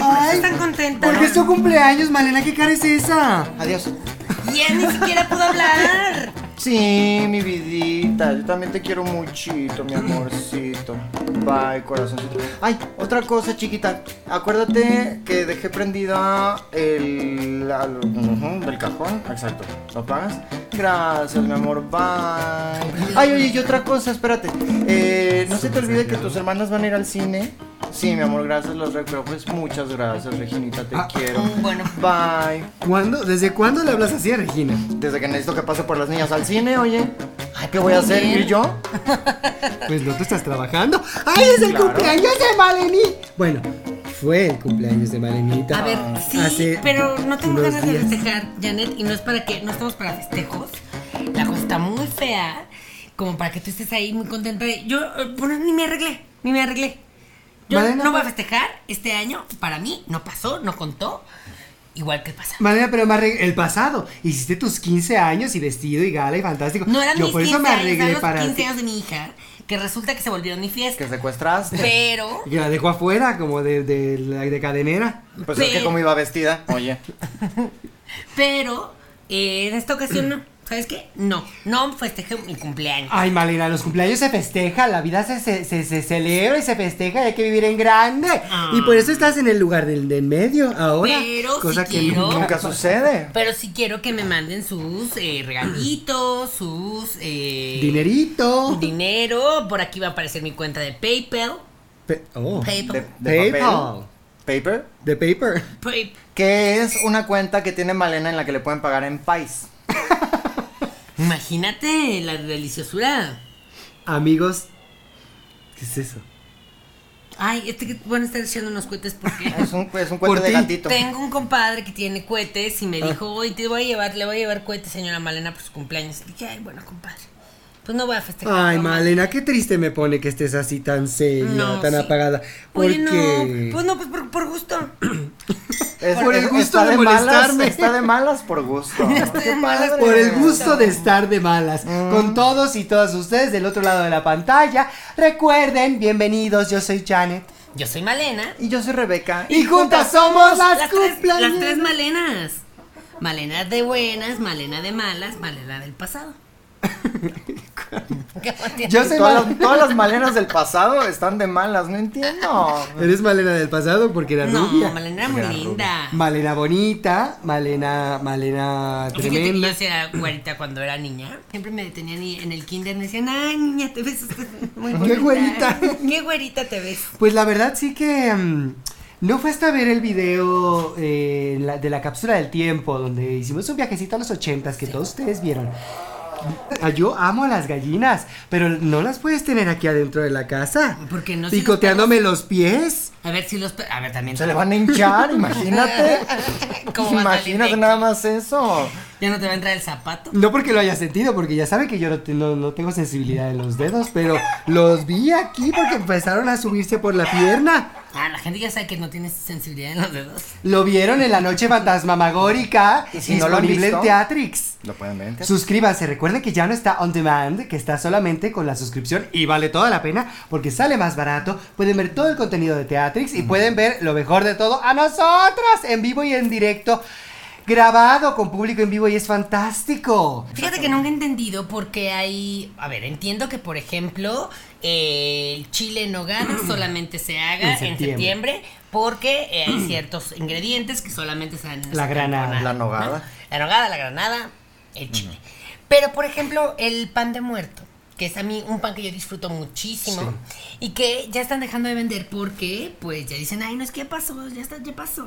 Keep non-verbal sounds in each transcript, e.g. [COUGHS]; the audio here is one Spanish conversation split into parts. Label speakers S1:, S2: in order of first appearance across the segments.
S1: Ay,
S2: están contentas.
S1: Porque es tu cumpleaños, Malena, ¿qué cara es esa?
S3: Adiós.
S2: Y él ni siquiera pudo hablar.
S3: Sí, mi vidita, yo también te quiero muchito, mi amorcito. Bye, corazoncito. Ay, otra cosa, chiquita. Acuérdate que dejé prendida el... la- ujú, del cajón. Exacto. ¿Lo apagas? Gracias, mi amor. Bye. Ay, oye, y otra cosa, espérate. Eh, no se te olvide que tus hermanas van a ir al cine. Sí, mi amor, gracias, los recuerdos. pues Muchas gracias, Reginita, te quiero.
S2: Bueno,
S3: Bye.
S1: ¿Cuándo? ¿Desde cuándo le hablas así a Regina?
S3: Desde que necesito que pase por las niñas al cine, oye. Ay, ¿qué voy a hacer? ¿Ir yo?
S1: Pues no, tú estás trabajando. ¡Ay, es el
S3: Claro.
S1: cumpleaños de Malení! Bueno, fue el cumpleaños de Malenita.
S2: a ver, sí,
S1: hace
S2: pero no tengo
S1: unos
S2: ganas de
S1: Ah, días.
S2: festejar, Janet, y no es para que, no estamos para festejos. La cosa está muy fea, como para que tú estés ahí muy contenta. de- Yo, eh, bueno, ni me arreglé, ni me arreglé. Yo
S1: Malena,
S2: no voy a
S1: pero-
S2: festejar este año, para mí no pasó, no contó, igual que pasa.
S1: Malena, pero me arreg- el pasado. Hiciste tus 15 años y vestido y gala y fantástico.
S2: No eran
S1: Yo
S2: mis
S1: por
S2: 15
S1: eso me
S2: años,
S1: arreglé
S2: eran los
S1: para.
S2: 15 años de mi hija, que resulta que se volvieron mi fiesta.
S3: Que secuestraste.
S2: Pero,
S1: Y que la dejó afuera, como de, de, la- de cadenera.
S3: Pues
S2: Sí.
S3: es que como iba vestida. Oye.
S2: pero, eh, en esta ocasión no. ¿Sabes qué? No, no festejé mi cumpleaños.
S1: Ay, Malena, los cumpleaños se festeja, la vida se, se, se- se celebra y se festeja y hay que vivir en grande.
S2: Ah.
S1: Y por eso estás en el lugar del, del medio ahora.
S2: Pero
S1: cosa
S2: si
S1: que
S2: quiero-
S1: nunca-
S3: Nunca sucede.
S2: Pero sí quiero que me manden sus eh, regalitos, sus... eh,
S1: Dinerito.
S2: Dinero. Por aquí va a aparecer mi cuenta de PayPal.
S1: Pe- oh.
S3: De,
S2: PayPal.
S3: de papel.
S1: PayPal.
S3: Paper.
S1: The paper.
S2: Pay-
S3: Que es una cuenta que tiene Malena en la que le pueden pagar en Pais.
S2: Imagínate la deliciosura.
S1: Amigos. ¿Qué es eso?
S2: Ay, este que van a estar echando unos cohetes
S1: [LAUGHS]
S2: porque...
S3: Es un, es un
S1: Por
S3: cuento de
S1: ti.
S3: gatito.
S2: Tengo un compadre que tiene cohetes y
S1: Ah.
S2: me dijo, hoy te voy a llevar, le voy a llevar cohetes, señora Malena, por su cumpleaños. Y dije, ay, bueno, compadre, pues no voy a festejar.
S1: Ay,
S2: no, ma-
S1: Malena, qué triste me pone que estés así tan seria,
S2: No,
S1: tan
S2: sí.
S1: apagada.
S2: Oye,
S1: Porque.
S2: no, pues no, pues por, por gusto. [CLEARS THROAT]
S3: Es-
S1: Por el
S3: es-
S1: gusto
S3: está
S1: de molestarme.
S3: Malas, está de malas por
S1: [LAUGHS]
S3: gusto. Qué
S2: malas
S3: padre.
S1: Por el gusto de estar de malas.
S2: Mm.
S1: Con todos y todas ustedes del otro lado de la pantalla. Recuerden, bienvenidos, yo soy Janet.
S2: Yo soy Malena.
S3: Y yo soy Rebeca.
S1: Y juntas somos las,
S2: tres,
S1: cumpleaños.
S2: las tres Malenas. Malena de buenas, Malena de malas, Malena del
S1: [LAUGHS]
S2: pasado. ¿Qué tiene?
S1: Yo soy
S3: Todas,
S1: Malena.
S3: las- todas las Malenas del pasado están de malas, no
S1: [LAUGHS]
S3: entiendo.
S1: Eres Malena del pasado porque era
S2: Mm. no,
S1: rubia.
S2: Malena era muy
S3: Era
S2: linda.
S1: Malena bonita, Malena, Malena
S2: Fíjate que
S1: tremenda.
S2: yo sí era güerita cuando era niña. Siempre me detenían y en el kinder me decían, ay, niña, te ves muy bonita.
S1: Qué güerita.
S2: Qué güerita te ves.
S1: Pues la verdad sí que mm, no fue hasta ver el video eh, la- de la cápsula del tiempo, donde hicimos un viajecito a los ochentas que todos ustedes vieron. Ah, Yo amo a las gallinas, pero no las puedes tener aquí adentro de la casa.
S2: ¿Por qué no? Si los
S1: Picoteándome los pies.
S2: A ver si los... pe- A ver, también...
S3: Se le van a hinchar, imagínate.
S2: ¿Cómo va a salir de
S3: [LAUGHS] imagínate
S2: aquí?
S3: nada más eso.
S2: Ya no te va a entrar el zapato.
S1: No porque lo haya sentido, porque ya sabe que yo no, te- no- no tengo sensibilidad en los dedos, pero los vi aquí porque empezaron a subirse por la pierna.
S2: Ah, la gente ya sabe que no tienes sensibilidad en los dedos.
S1: Lo vieron en la noche fantasmagórica,
S3: ¿Y si no lo han
S1: disponible en
S3: visto?
S1: Teatrix.
S3: Lo pueden ver.
S1: Suscríbanse, recuerden que ya no está on demand, que está solamente con la suscripción y vale toda la pena porque sale más barato. Pueden ver todo el contenido de Teatrix y pueden ver lo mejor de todo a nosotras en vivo y en directo, grabado con público en vivo y es fantástico.
S2: Fíjate que nunca he entendido por qué hay... A ver, entiendo que, por ejemplo, eh, el chile en [CLEARS THROAT] nogada solamente se haga en
S1: En
S2: septiembre,
S1: septiembre.
S2: porque eh, hay ciertos ingredientes que solamente se dan en
S1: La granada.
S3: La nogada.
S2: La nogada, la granada, el chile. Pero, por ejemplo, el pan de muerto, que es a mí un pan que yo disfruto muchísimo y que ya están dejando de vender porque, pues, ya dicen, ay, no es que ya pasó, ya, está, ya pasó.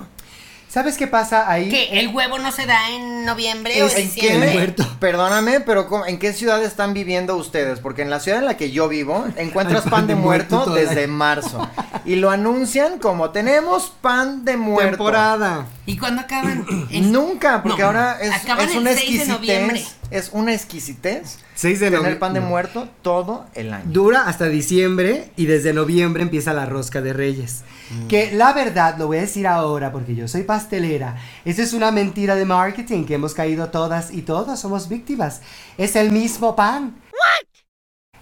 S1: ¿Sabes qué pasa ahí?
S2: Que el huevo no se da en noviembre o en
S3: ¿En
S2: diciembre.
S1: el
S3: qué,
S1: muerto.
S3: perdóname, pero ¿cómo- ¿en qué ciudad están viviendo ustedes? Porque en la ciudad en la que yo vivo encuentras
S1: Hay
S3: pan de muerto
S1: todo el
S3: desde
S1: año.
S3: marzo. Y lo anuncian como tenemos pan de muerto.
S1: Temporada.
S2: ¿Y cuándo
S1: [CLEARS THROAT]
S2: acaban? En-
S3: Nunca, porque
S2: No,
S3: ahora es,
S2: acaban
S3: es
S2: el
S3: una
S2: 6 de noviembre.
S3: exquisitez. Es una exquisitez
S1: 6 de
S3: tener
S1: noviembre.
S3: pan de muerto todo el año.
S1: Dura hasta diciembre y desde noviembre empieza la rosca de reyes. Que la verdad, lo voy a decir ahora porque yo soy pastelera. Esa es una mentira de marketing que hemos caído todas y todos somos víctimas. Es el mismo pan.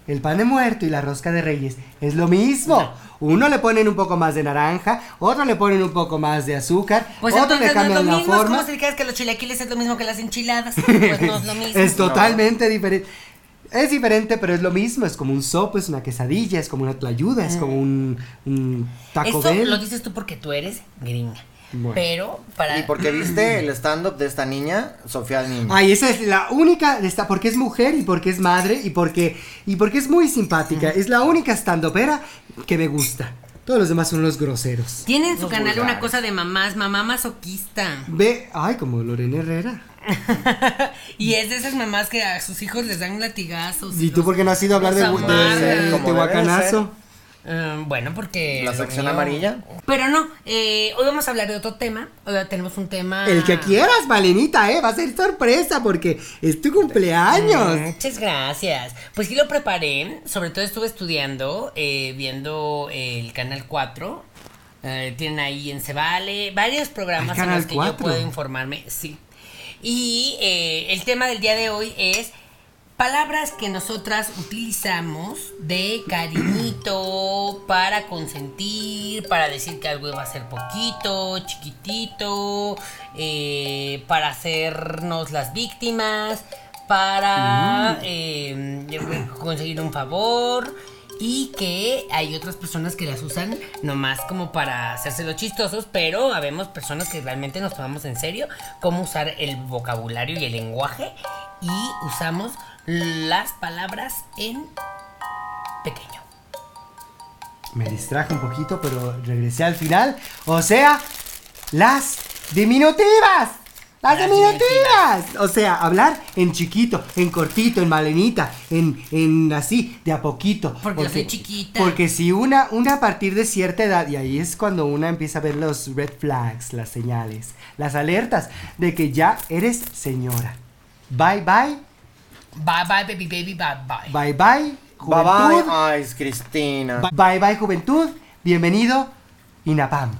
S1: el pan de muerto y la rosca de reyes es lo mismo. Uno le ponen un poco más de naranja, otro le ponen un poco más de azúcar,
S2: Pues
S1: otro le
S2: entonces no es lo
S1: cambian la
S2: mismo, es
S1: forma.
S2: como si dijeras que los chilaquiles es lo mismo que las
S1: [LAUGHS]
S2: enchiladas. Pues no es lo mismo.
S1: Es totalmente diferente. Es diferente, pero es lo mismo. Es como un sopo, es una quesadilla, es como una tlayuda, es como un, un taco
S2: Esto
S1: Bell.
S2: lo dices tú porque tú eres gringa.
S1: Bueno.
S2: Pero para.
S3: Y porque viste el stand-up de esta niña, Sofía Niño.
S1: Ay, esa es la única de esta, porque es mujer y porque es madre y porque y porque es muy simpática. Es la única standopera que me gusta. Todos los demás son los groseros.
S2: Tiene en su
S3: Los
S2: canal una
S3: vulgares.
S2: cosa de mamás, mamá
S1: [LAUGHS]
S2: masoquista.
S1: Ve, ay, como Lorena Herrera.
S2: Y es de esas mamás que a sus hijos les dan latigazos.
S1: ¿Y
S2: Pues
S1: tú
S2: los-
S1: por qué no has ido a hablar de,
S2: los
S1: de-
S2: amarran.
S1: de
S3: Como debe
S1: Tehuacanazo?
S3: de
S2: Eh, bueno, porque.
S3: La
S2: lo
S3: sección
S2: mío-
S3: amarilla.
S2: Pero no, eh, hoy vamos a hablar de otro tema. Hoy tenemos un tema.
S1: El que quieras, Valenita, eh, va a ser sorpresa porque es tu
S3: Mm,
S1: cumpleaños.
S2: Muchas gracias. Pues sí lo preparé. Sobre todo estuve estudiando, eh, viendo el Canal 4. Eh, tienen ahí en Se Vale varios programas
S1: Ay,
S2: en
S1: Canal
S2: los que
S1: 4.
S2: yo puedo informarme. Sí. Y eh, el tema del día de hoy es palabras que nosotras utilizamos de cariñito [CLEARS THROAT] para consentir, para decir que algo iba a ser poquito, chiquitito, eh, para hacernos las víctimas, para eh, conseguir un favor. Y que hay otras personas que las usan nomás como para hacerse los chistosos, pero habemos personas que realmente nos tomamos en serio cómo usar el vocabulario y el lenguaje y usamos las palabras en pequeño.
S1: Me distraje un poquito, pero regresé al final. O sea, las diminutivas. Las
S2: Las
S1: diminutivas. O sea, hablar en chiquito, en cortito, en malenita, en, en así, de a poquito.
S2: Porque yo soy chiquita.
S1: Porque si una, una a partir de cierta edad, y ahí es cuando una empieza a ver los red flags, las señales, las alertas de que ya eres señora. Bye bye,
S2: Bye bye baby baby bye bye.
S1: bye bye,
S3: Bye bye,
S1: juventud.
S3: ay, Cristina.
S1: Bye bye juventud, bienvenido INAPAM.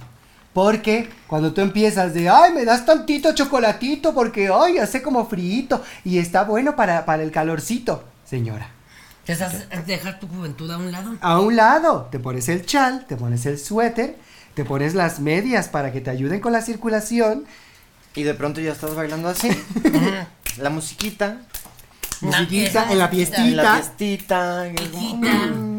S1: Porque cuando tú empiezas de, ay, me das tantito chocolatito porque, ay, hace como frío y está bueno para, para el calorcito, señora.
S2: Te estás dejar tu juventud a un lado.
S1: A un lado, te pones el chal, te pones el suéter, te pones las medias para que te ayuden con la circulación.
S3: Y de pronto ya estás bailando así. la musiquita,
S2: Una
S1: Musiquita en la
S2: piecita.
S1: fiestita.
S3: la fiestita. y es como-
S2: Hijita.
S1: Mm.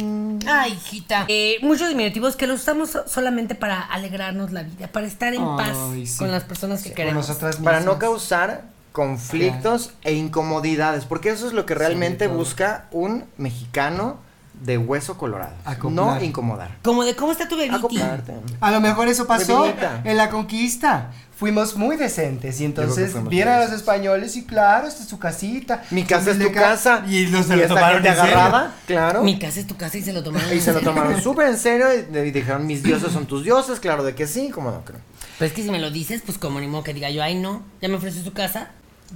S2: Ay, hijita. Eh, muchos diminutivos que los usamos so- solamente para alegrarnos la vida, para estar en
S1: Ay,
S2: paz
S1: sí.
S2: con las personas que
S1: Con
S2: queremos.
S1: nosotras
S3: Para no
S1: mismas.
S3: causar conflictos e incomodidades, porque eso es lo que realmente
S1: todo.
S3: busca un mexicano de hueso colorado.
S1: Acoplar.
S3: No incomodar.
S2: Como de cómo está tu bebiti.
S3: Acoplarte.
S1: Ah, A lo mejor eso pasó
S3: Bebidita.
S1: en la conquista. Fuimos muy decentes y
S3: creo que
S1: entonces
S3: fuimos
S1: vieron a
S3: muy
S1: los españoles y claro, esta es su casita.
S3: Mi casa es
S1: Entonces
S3: tu
S1: le ca-
S3: casa.
S1: Y los se lo
S3: esta
S1: tomaron
S3: gente
S1: en serio.
S3: agarraba, claro.
S2: Mi casa es tu casa y se lo tomaron.
S3: Y
S2: en
S3: se lo
S2: serio.
S3: tomaron súper en serio y, le dijeron, mis dioses son tus dioses, claro de que sí, como no creo.
S2: Pero es que si me lo dices, pues como ni modo que diga yo, ay no, ya me ofreces tu casa.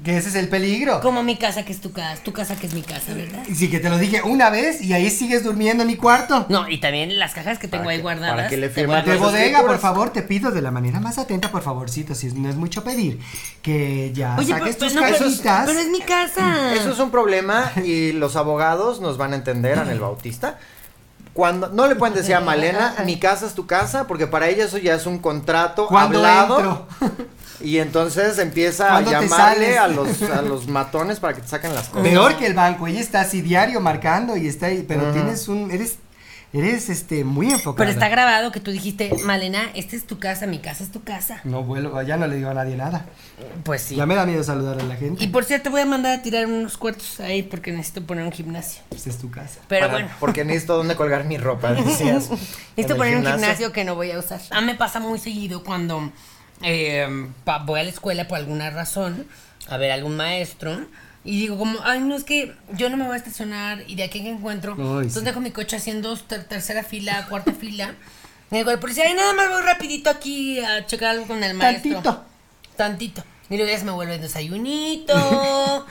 S1: Que ese es el peligro.
S2: Como mi casa que es tu casa, tu casa que es mi casa, ¿verdad?
S1: Y sí que te lo dije una vez y ahí sigues durmiendo en mi cuarto.
S2: No, y también las cajas que tengo
S3: Para
S2: ahí
S3: que-
S2: guardadas.
S3: para que le
S2: te
S3: firme
S2: guardo-
S1: De
S3: Las
S1: bodega,
S3: escrituras.
S1: por favor, te pido de la manera más atenta, por favorcito, si no es mucho pedir, que ya
S2: Oye, pero,
S1: saques
S2: pero
S1: tus
S2: no, pero-
S1: cajitas.
S2: pero es mi casa.
S3: Mm, Eso es un problema y los abogados nos van a entender en el Bautista. Cuando no le pueden decir a Malena, mi casa es tu casa, porque para ella eso ya es un contrato
S1: Cuando
S3: hablado.
S1: entro.
S3: Y entonces empieza a
S1: ¿Cuándo te
S3: llamarle
S1: sales?
S3: a los, a los matones para que te saquen las cosas.
S1: Peor que el banco, ella está así diario marcando y está ahí, pero
S3: Ajá.
S1: tienes un, eres, eres este, muy enfocado.
S2: Pero está grabado que tú dijiste, Malena, esta es tu casa, mi casa es tu casa.
S1: No vuelvo, ya no le digo a nadie nada.
S2: Pues sí.
S1: Ya me da miedo saludar a la
S2: Y
S1: gente.
S2: por cierto, voy a mandar a tirar unos cuartos ahí porque necesito poner un gimnasio.
S1: Pues es tu casa.
S2: Pero
S3: Para-
S2: bueno.
S3: Porque necesito dónde colgar mi ropa,
S2: [LAUGHS]
S3: decías. En
S2: Esto
S3: el
S2: poner un gimnasio que no voy a usar. A mí me pasa muy seguido cuando eh, pa- voy a la escuela por alguna razón, a ver algún maestro, y digo como, ay, no, es que yo no me voy a estacionar y de aquí que encuentro, entonces
S1: sí.
S2: dejo mi coche haciendo ter- tercera fila, cuarta fila, y digo al policía, ay, nada más voy rapidito aquí a checar algo con el maestro.
S1: Tantito.
S2: Tantito. Y luego ya se me vuelve desayunito,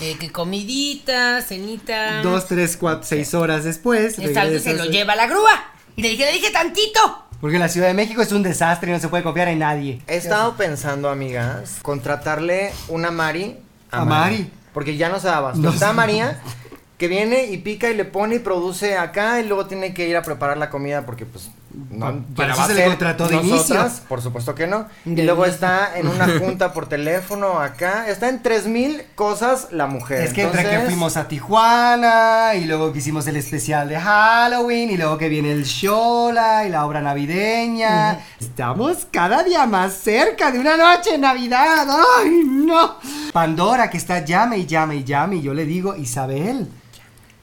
S2: eh, que comidita, cenita.
S1: Dos, tres, cuatro, seis horas después.
S2: Exacto, y se lo
S1: regresas. ¿eh?
S2: lleva a la grúa. Y le dije, le dije tantito.
S1: Porque la Ciudad de México es un desastre y no se puede confiar en nadie.
S3: He estado pensando, amigas, contratarle una Mari
S1: A Mari.
S3: Porque ya no se daba.
S1: No
S3: Está
S1: se-
S3: María que viene y pica y le pone y produce acá y luego tiene que ir a preparar la comida porque pues
S1: Pa-
S3: no
S1: para
S3: la
S1: eso
S3: va a
S1: se le
S3: hacer
S1: contrató de
S3: nosotras,
S1: inicio.
S3: por supuesto que no.
S2: De
S3: Y luego
S2: inicio.
S3: está en una junta por teléfono acá, está en tres mil cosas la mujer.
S1: Es que entre que
S3: Entonces,
S1: fuimos a Tijuana y luego que hicimos el especial de Halloween y luego que viene el Shola y la obra navideña. Estamos cada día más cerca de una noche de Navidad. ¡Ay, no! Pandora que está llame y llame y llame y yo le digo, Isabel,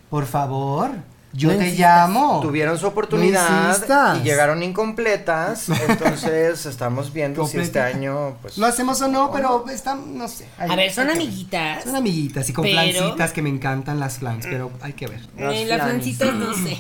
S1: por favor, yo
S2: No
S1: te
S2: insistas.
S1: llamo.
S3: Tuvieron su
S1: No
S3: oportunidad
S1: insistas.
S3: y llegaron
S1: [LAUGHS]
S3: incompletas, entonces estamos viendo si este
S1: Completa.
S3: año pues
S1: Lo hacemos o no, pero están, no sé.
S2: A
S1: Hay-
S2: ver, son
S1: hay que ver.
S2: amiguitas.
S1: Son amiguitas y con
S2: Pero-
S1: flancitas que me encantan las flans, pero hay que ver.
S3: Las
S2: Eh, las
S3: flanes.
S2: flancitas no sé.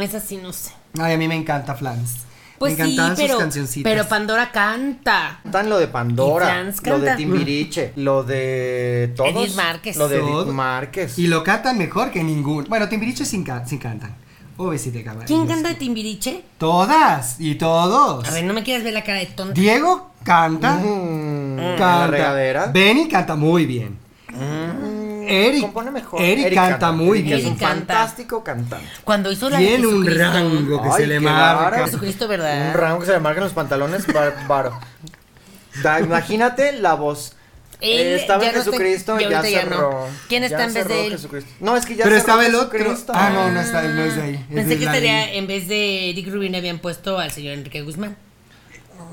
S2: Es así, no sé.
S1: Ay, a mí me encanta Flans.
S2: Pues
S1: me
S2: sí,
S1: encantaban
S2: pero,
S1: sus cancioncitas.
S2: pero Pandora canta.
S3: Cantan lo de
S2: Y
S3: Pandora,
S2: Franz
S3: lo de
S2: canta. Mm.
S3: Timbiriche, lo de todos.
S2: Edith Márquez.
S3: Lo de
S1: Todo.
S3: Edith Márquez.
S1: Y lo cantan mejor que ningún. Bueno, Timbiriche sí, ca- sí cantan. Oh, Obesite, cabrón.
S2: ¿Quién canta de Timbiriche?
S1: Todas y todos.
S2: A ver, no me quieras ver la cara de tonta.
S1: Diego canta.
S3: Mm, en
S1: canta.
S3: la regadera. Mm.
S1: Benny canta muy bien. Eric.
S3: Compone mejor.
S1: Eric, canta, muy
S3: Eric
S1: bien.
S3: Es un
S2: Eric canta.
S3: fantástico cantante.
S2: Cuando hizo la de
S1: Tiene un
S2: Jesucristo-
S1: rango que
S3: Ay,
S1: se le
S3: qué
S1: marca.
S3: bárbaro.
S2: Jesucristo,
S3: Un
S2: ¿verdad?
S3: rango que se le marca en los pantalones, bárbaro. Da- imagínate la voz.
S2: Él
S3: Eh, estaba
S2: ya
S3: en
S2: no está-
S3: Jesucristo y
S2: ya
S3: ya
S2: ahorita ya
S3: cerró.
S2: no. ¿Quién está
S3: Ya
S2: en vez de
S3: cerró
S2: él?
S3: Jesucristo. No, es que ya
S1: Pero
S3: cerró
S1: estaba el otro.
S3: Jesucristo.
S1: Ah, no, no está, no es de ahí. Es
S2: Ah, Pensé
S1: de
S2: que
S1: la de-
S2: estaría, en vez de Eric Rubin habían puesto al señor Enrique Guzmán.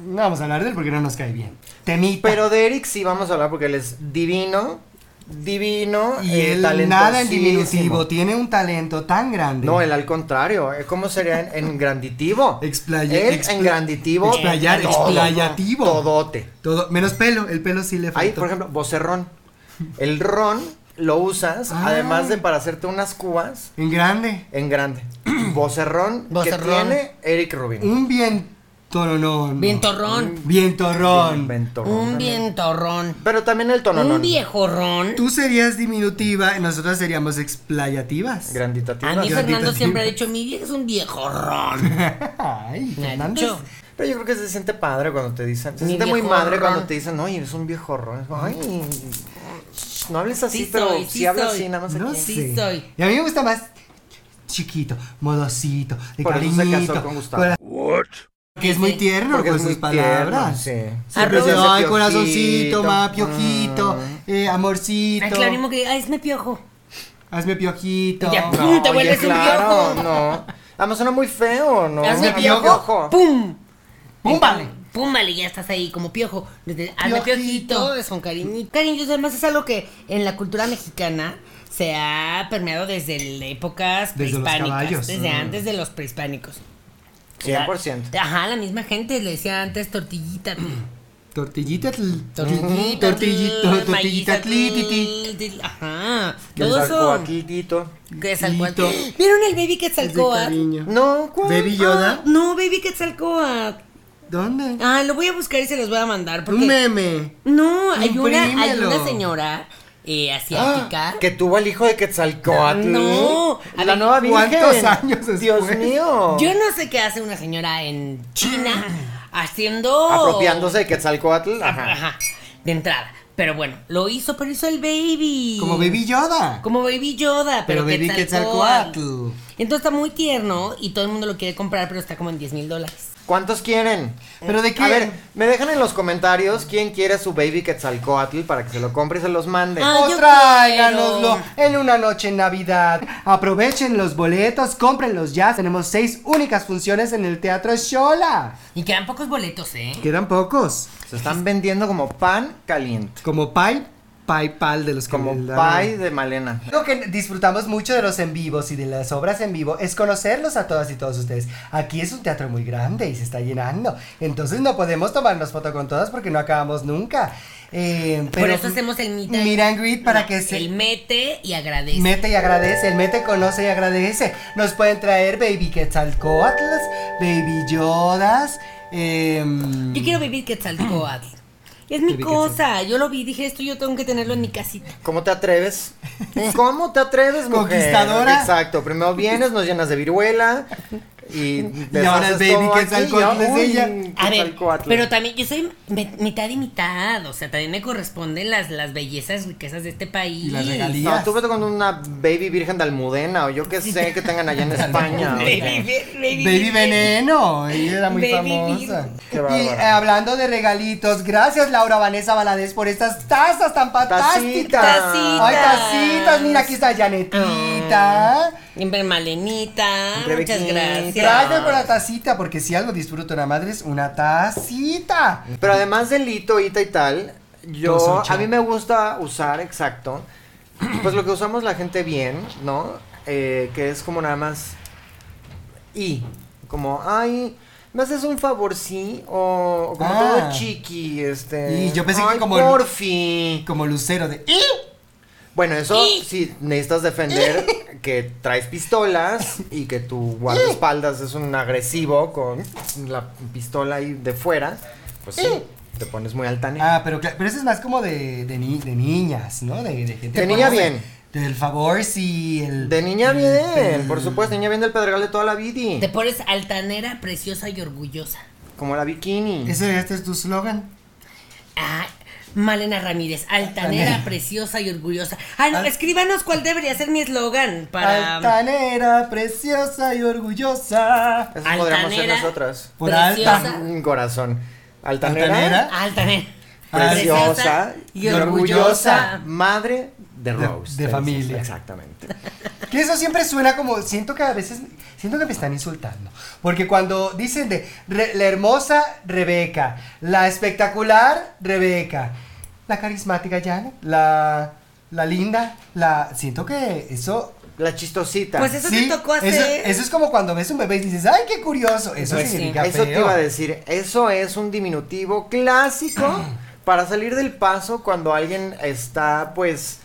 S1: No vamos a hablar de él porque no nos cae bien. Temita.
S3: Pero de Eric sí vamos a hablar porque él es divino, divino
S1: y
S3: eh,
S1: él nada en
S3: talentosísimo.
S1: diminutivo. Tiene un talento tan grande.
S3: No, él al contrario. eh, ¿Cómo sería en, en granditivo?
S1: Explaya-
S3: Él
S1: expla-
S3: en granditivo.
S1: explayar,
S3: todo,
S1: explayativo.
S3: Todote.
S1: Todo, menos pelo, el pelo sí le falta.
S3: Ahí, por ejemplo, vocerrón. El ron lo usas,
S1: Ah.
S3: además de para hacerte unas cubas
S1: En grande.
S3: en
S1: [CLEARS THROAT]
S3: grande. Vocerrón,
S2: Vocerrón.
S3: que tiene Eric Rubin.
S1: Un vientorón.
S2: Vientorrón.
S1: Vientorrón.
S3: Ventorrón
S2: Un
S3: también.
S2: vientorrón.
S3: Pero también el
S2: Un
S3: tononón.
S2: viejorrón.
S1: Tú serías diminutiva y nosotras seríamos explayativas.
S3: Granditativo.
S2: A mí
S1: Yo
S2: Fernando
S1: ahorita
S2: siempre ha dicho, mi vieja es un
S1: [LAUGHS]
S2: viejorrón.
S1: Ay,
S2: Me ha
S1: Fernández.
S2: dicho.
S3: Pero yo creo que se siente padre cuando te dicen. Se
S2: Mi
S3: siente muy
S2: viejorrón.
S3: madre cuando te dicen, no, eres un viejorrón. Ay, no hables así,
S2: Sí
S3: pero
S2: soy,
S3: si
S2: sí
S3: hablas
S2: soy.
S3: así, nada más
S1: No
S3: aquí.
S2: Sí
S1: sé.
S2: soy.
S1: Y a mí me gusta más chiquito, modosito, de
S3: Por eso se
S1: cariñito.
S3: casó con Gustavo.
S2: [LAUGHS]
S1: la- Que es muy tierno
S3: Porque
S1: con
S3: es
S1: sus
S3: muy tierno,
S1: palabras.
S3: sí. mm.
S1: Siempre
S2: Arroz.
S1: se
S3: Hace
S1: ay,
S3: piojito,
S1: corazoncito, ma, piojito,
S3: mm.
S1: eh, amorcito.
S2: Ay, Clarín, que, ay, es me piojo.
S1: Hazme piojito.
S2: Ya,
S1: No.
S2: Te
S3: Oye,
S2: vuelves un
S3: claro,
S2: piojo.
S3: No. Además suena muy feo, ¿no?
S2: Hazme
S3: Hazme
S1: piojo.
S2: ¡Pum!
S1: ¡Pum, vale!
S2: ¡Pum, vale! Ya estás ahí como piojo. Desde, hazme
S1: Piojito.
S2: piojito, es con cariñito. Cariños, además es algo que en la cultura mexicana se ha permeado desde el- épocas
S1: Desde los caballos.
S2: prehispánicas. Desde
S1: Mm.
S2: antes de los prehispánicos.
S3: 100%.
S2: Ajá, la misma gente le decía antes tortillita. mm,
S1: Tortillita. tl-
S2: Tortillita.
S1: Mm.
S2: mm,
S1: Tortillito,
S2: tl,
S1: tortillita,
S2: maízita,
S1: tli, ti, ti.
S2: tl, tl, Ajá.
S3: Que el
S2: Todo eso.
S3: salcoaquitito.
S2: Quetzalcóatl.
S1: Tito.
S2: ¿Vieron el Baby
S1: Es de
S2: Quetzalcoatl?
S1: cariño.
S3: No, ¿cuál?
S1: Baby Yoda.
S2: Ah, No, Baby Quetzalcoatl.
S1: ¿Dónde?
S2: Ah, lo voy a buscar y se los voy a mandar porque...
S1: Un meme.
S2: No, hay una, hay
S1: Imprímelo. Ah,
S2: una señora eh, asiática.
S3: Que tuvo al hijo de Quetzalcoatl.
S2: No. A
S3: La
S2: ver,
S3: nueva virgen.
S1: ¿cuántos años después?
S3: Dios mío.
S2: Yo no sé qué hace una señora en China
S1: Ah.
S2: haciendo...
S3: Apropiándose de Quetzalcoatl.
S2: Ajá.
S3: Ajá.
S2: de entrada. Pero bueno, lo hizo, pero hizo el Baby.
S1: Como Baby Yoda.
S2: Como Baby Yoda, pero,
S1: Pero Baby Quetzalcoatl.
S2: Entonces está muy tierno y todo el mundo lo quiere comprar, pero está como en 10 mil dólares.
S3: ¿Cuántos quieren?
S1: ¿Pero de qué?
S3: A ver, me dejan en los comentarios quién quiere su baby Quetzalcoatl para que se lo compre y se los mande.
S2: Ah,
S1: O
S2: yo
S1: Pues tráiganoslo en una noche en Navidad. Aprovechen los boletos, cómprenlos ya. Tenemos seis únicas funciones en el Teatro Shola.
S2: Y quedan pocos boletos, ¿eh?
S1: Quedan pocos.
S3: Se están vendiendo como pan caliente.
S1: Como pie, pie pal de los que
S3: Como
S1: le dan.
S3: pie de Malena.
S1: Lo que disfrutamos mucho de los en vivos y de las obras en vivo es conocerlos a todas y todos ustedes. Aquí es un teatro muy grande y se está llenando. Entonces no podemos tomarnos foto con todas porque no acabamos nunca. Eh, pero
S2: Por eso hacemos el meet and-
S1: meet and greet para
S2: No,
S1: que se
S2: El mete y agradece.
S1: mete y agradece. El mete conoce y agradece. Nos pueden traer baby quetzalcoatl, baby yodas. em,
S2: Yo quiero vivir Quetzalcóatl. Es mi
S1: Baby
S2: cosa. Yo lo vi, dije esto, yo tengo que tenerlo en mi casita.
S3: ¿Cómo te atreves? ¿Cómo te atreves, mujer?
S1: Conquistadora.
S3: Exacto. Primero vienes, nos llenas de viruela, Y,
S1: Y ahora el
S3: deshaces
S1: baby
S3: todo
S1: que es
S3: aquí,
S1: alcohol,
S3: ya,
S1: es
S3: uy,
S1: ella.
S3: qué
S2: A ver,
S3: talcoatl.
S2: pero también yo soy me- mitad y mitad, o sea, también me corresponden las, las bellezas, riquezas de este país.
S1: Y las regalías.
S3: No, tú vete con una baby virgen de Almudena o yo qué sé que tengan allá en España.
S2: Baby,
S3: oye.
S2: baby,
S1: Baby Veneno, ella era muy
S2: Baby
S1: famosa.
S2: Veneno.
S3: Qué
S1: y
S3: bárbara.
S1: eh, hablando de regalitos, gracias Laura Vanessa Valadez por estas tazas tan fantásticas.
S2: Tacitas.
S1: Ay, tacitas, mira, aquí está Janetita.
S2: Hombre, Malenita,
S3: Rebequita.
S2: muchas gracias.
S1: Gracias por la tacita, porque si algo disfruto en la madre es una tacita.
S3: Pero además del hito, hita y tal,
S1: Todo
S3: yo
S1: soncha.
S3: a mí me gusta usar, exacto, [CLEARS THROAT] pues lo que usamos la gente bien, ¿no? Eh, que es como nada más y, como, ay, me haces un favor, sí, o, o como
S1: Ah.
S3: todo chiqui, este.
S1: Y yo pensé que
S3: "Ay,
S1: como-
S3: Porfi.
S1: Como lucero de... ¡Ih!
S3: Bueno, eso
S2: Y-
S3: sí, necesitas defender que traes pistolas y que tu guardaespaldas es un agresivo con la pistola ahí de fuera. Pues sí, te pones muy altanero.
S1: Ah, pero, cla- pero eso es más como de, de, ni- de niñas, ¿no? De, de gente...
S3: De niña
S1: famosa.
S3: bien.
S1: Del favor, sí. El,
S3: De niña
S1: el-
S3: bien,
S1: el-
S3: por supuesto, niña bien del Pedregal de toda la vida.
S2: Te pones altanera, preciosa y orgullosa.
S3: Como la bikini.
S1: Ese este es tu slogan.
S2: Ah, Malena Ramírez, altanera,
S1: Altanera.
S2: preciosa y orgullosa. Ah, no,
S1: Al-
S2: escríbanos cuál debería ser mi eslogan para... um,
S1: Altanera, preciosa y orgullosa.
S3: Eso podríamos ser
S2: Altanera.
S3: nosotras.
S1: Por
S2: Preciosa.
S1: alta.
S3: Un corazón. Altanera,
S1: Altanera.
S2: Altanera.
S3: preciosa
S2: y orgullosa.
S3: madre de Rose.
S1: de
S3: Entonces,
S1: familia.
S3: Exactamente.
S1: Que eso siempre suena como, siento que a veces, siento que me están insultando. Porque cuando dicen de re- la hermosa Rebeca, la espectacular Rebeca, la carismática Janet, la, la linda, la... Siento que eso...
S3: La chistosita.
S2: Pues Eso te tocó hacer.
S1: Eso, eso es como cuando ves un bebé y dices, ay, qué curioso. Eso
S2: Pues sí.
S1: significa
S3: Eso te
S1: feo.
S3: iba a decir, eso es un diminutivo clásico para salir del paso cuando alguien está pues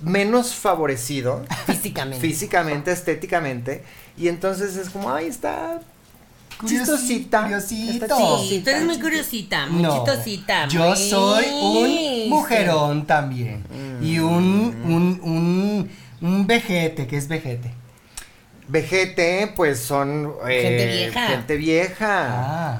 S3: menos favorecido
S2: Físicamente.
S3: físicamente, estéticamente y entonces es como, "Ay, está chistosita,
S1: Curiosito.
S3: está
S2: Sí, tú eres muy curiosita, muy
S1: No,
S2: chistosita.
S1: Yo
S2: muy-
S1: soy un mujerón también. Y un,
S2: Mm.
S1: un, un, un vejete, que es vejete.
S3: vejete", pues son eh,
S2: Gente vieja.
S3: gente vieja.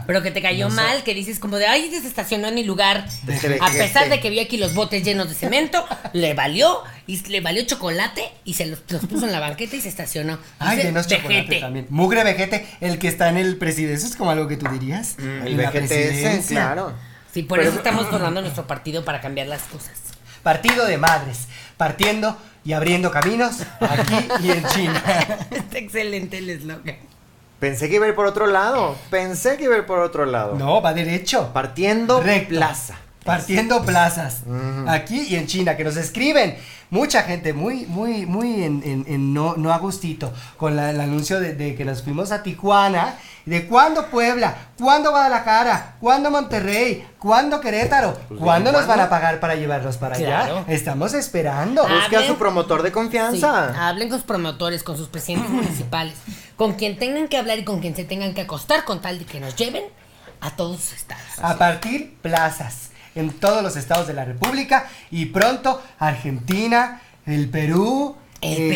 S1: Ah.
S2: Pero que te cayó mal, que dices como de, ay, se estacionó en mi lugar.
S3: Este
S2: A
S3: vejete.
S2: pesar de que vi aquí los botes llenos de cemento, le valió, y le valió chocolate y se los, los puso en la banqueta y se estacionó.
S1: Ay,
S2: Dice,
S1: denos chocolate
S2: "Vejete".
S1: también. Mugre vejete, el que está en el presidente. Eso es como algo que tú dirías.
S2: Mm,
S3: El
S1: en la
S3: vejete ese,
S1: presidencia.
S3: claro.
S2: Sí, por eso estamos formando nuestro partido para cambiar las cosas. [LAUGHS]
S1: Partido de madres. Partiendo y abriendo caminos aquí y en China.
S2: [LAUGHS] Está excelente el eslogan.
S3: Pensé que iba a ir por otro lado, pensé que iba a ir por otro lado.
S1: No, va derecho.
S3: Partiendo
S1: Recto.
S3: plaza.
S1: Partiendo plazas. Aquí y en China, que nos escriben. Mucha gente muy, muy, muy en, en- en no, no a gustito con la- el anuncio de, de que nos fuimos a Tijuana. ¿De cuándo Puebla? ¿Cuándo Guadalajara? ¿Cuándo Monterrey? ¿Cuándo Querétaro?
S3: Pues,
S1: ¿Cuándo nos van
S3: ¿cuándo?
S1: a pagar para llevarnos para
S2: Claro.
S1: allá? Estamos esperando.
S2: Ah,
S3: Busca a
S2: Hablen-
S3: su promotor de
S2: Sí,
S3: confianza.
S2: hablen con sus promotores, con sus presidentes municipales, con quien tengan que hablar y con quien se tengan que acostar, con tal de que nos lleven a todos sus estados.
S1: a partir plazas en todos los estados de la República y pronto Argentina, el Perú,
S2: El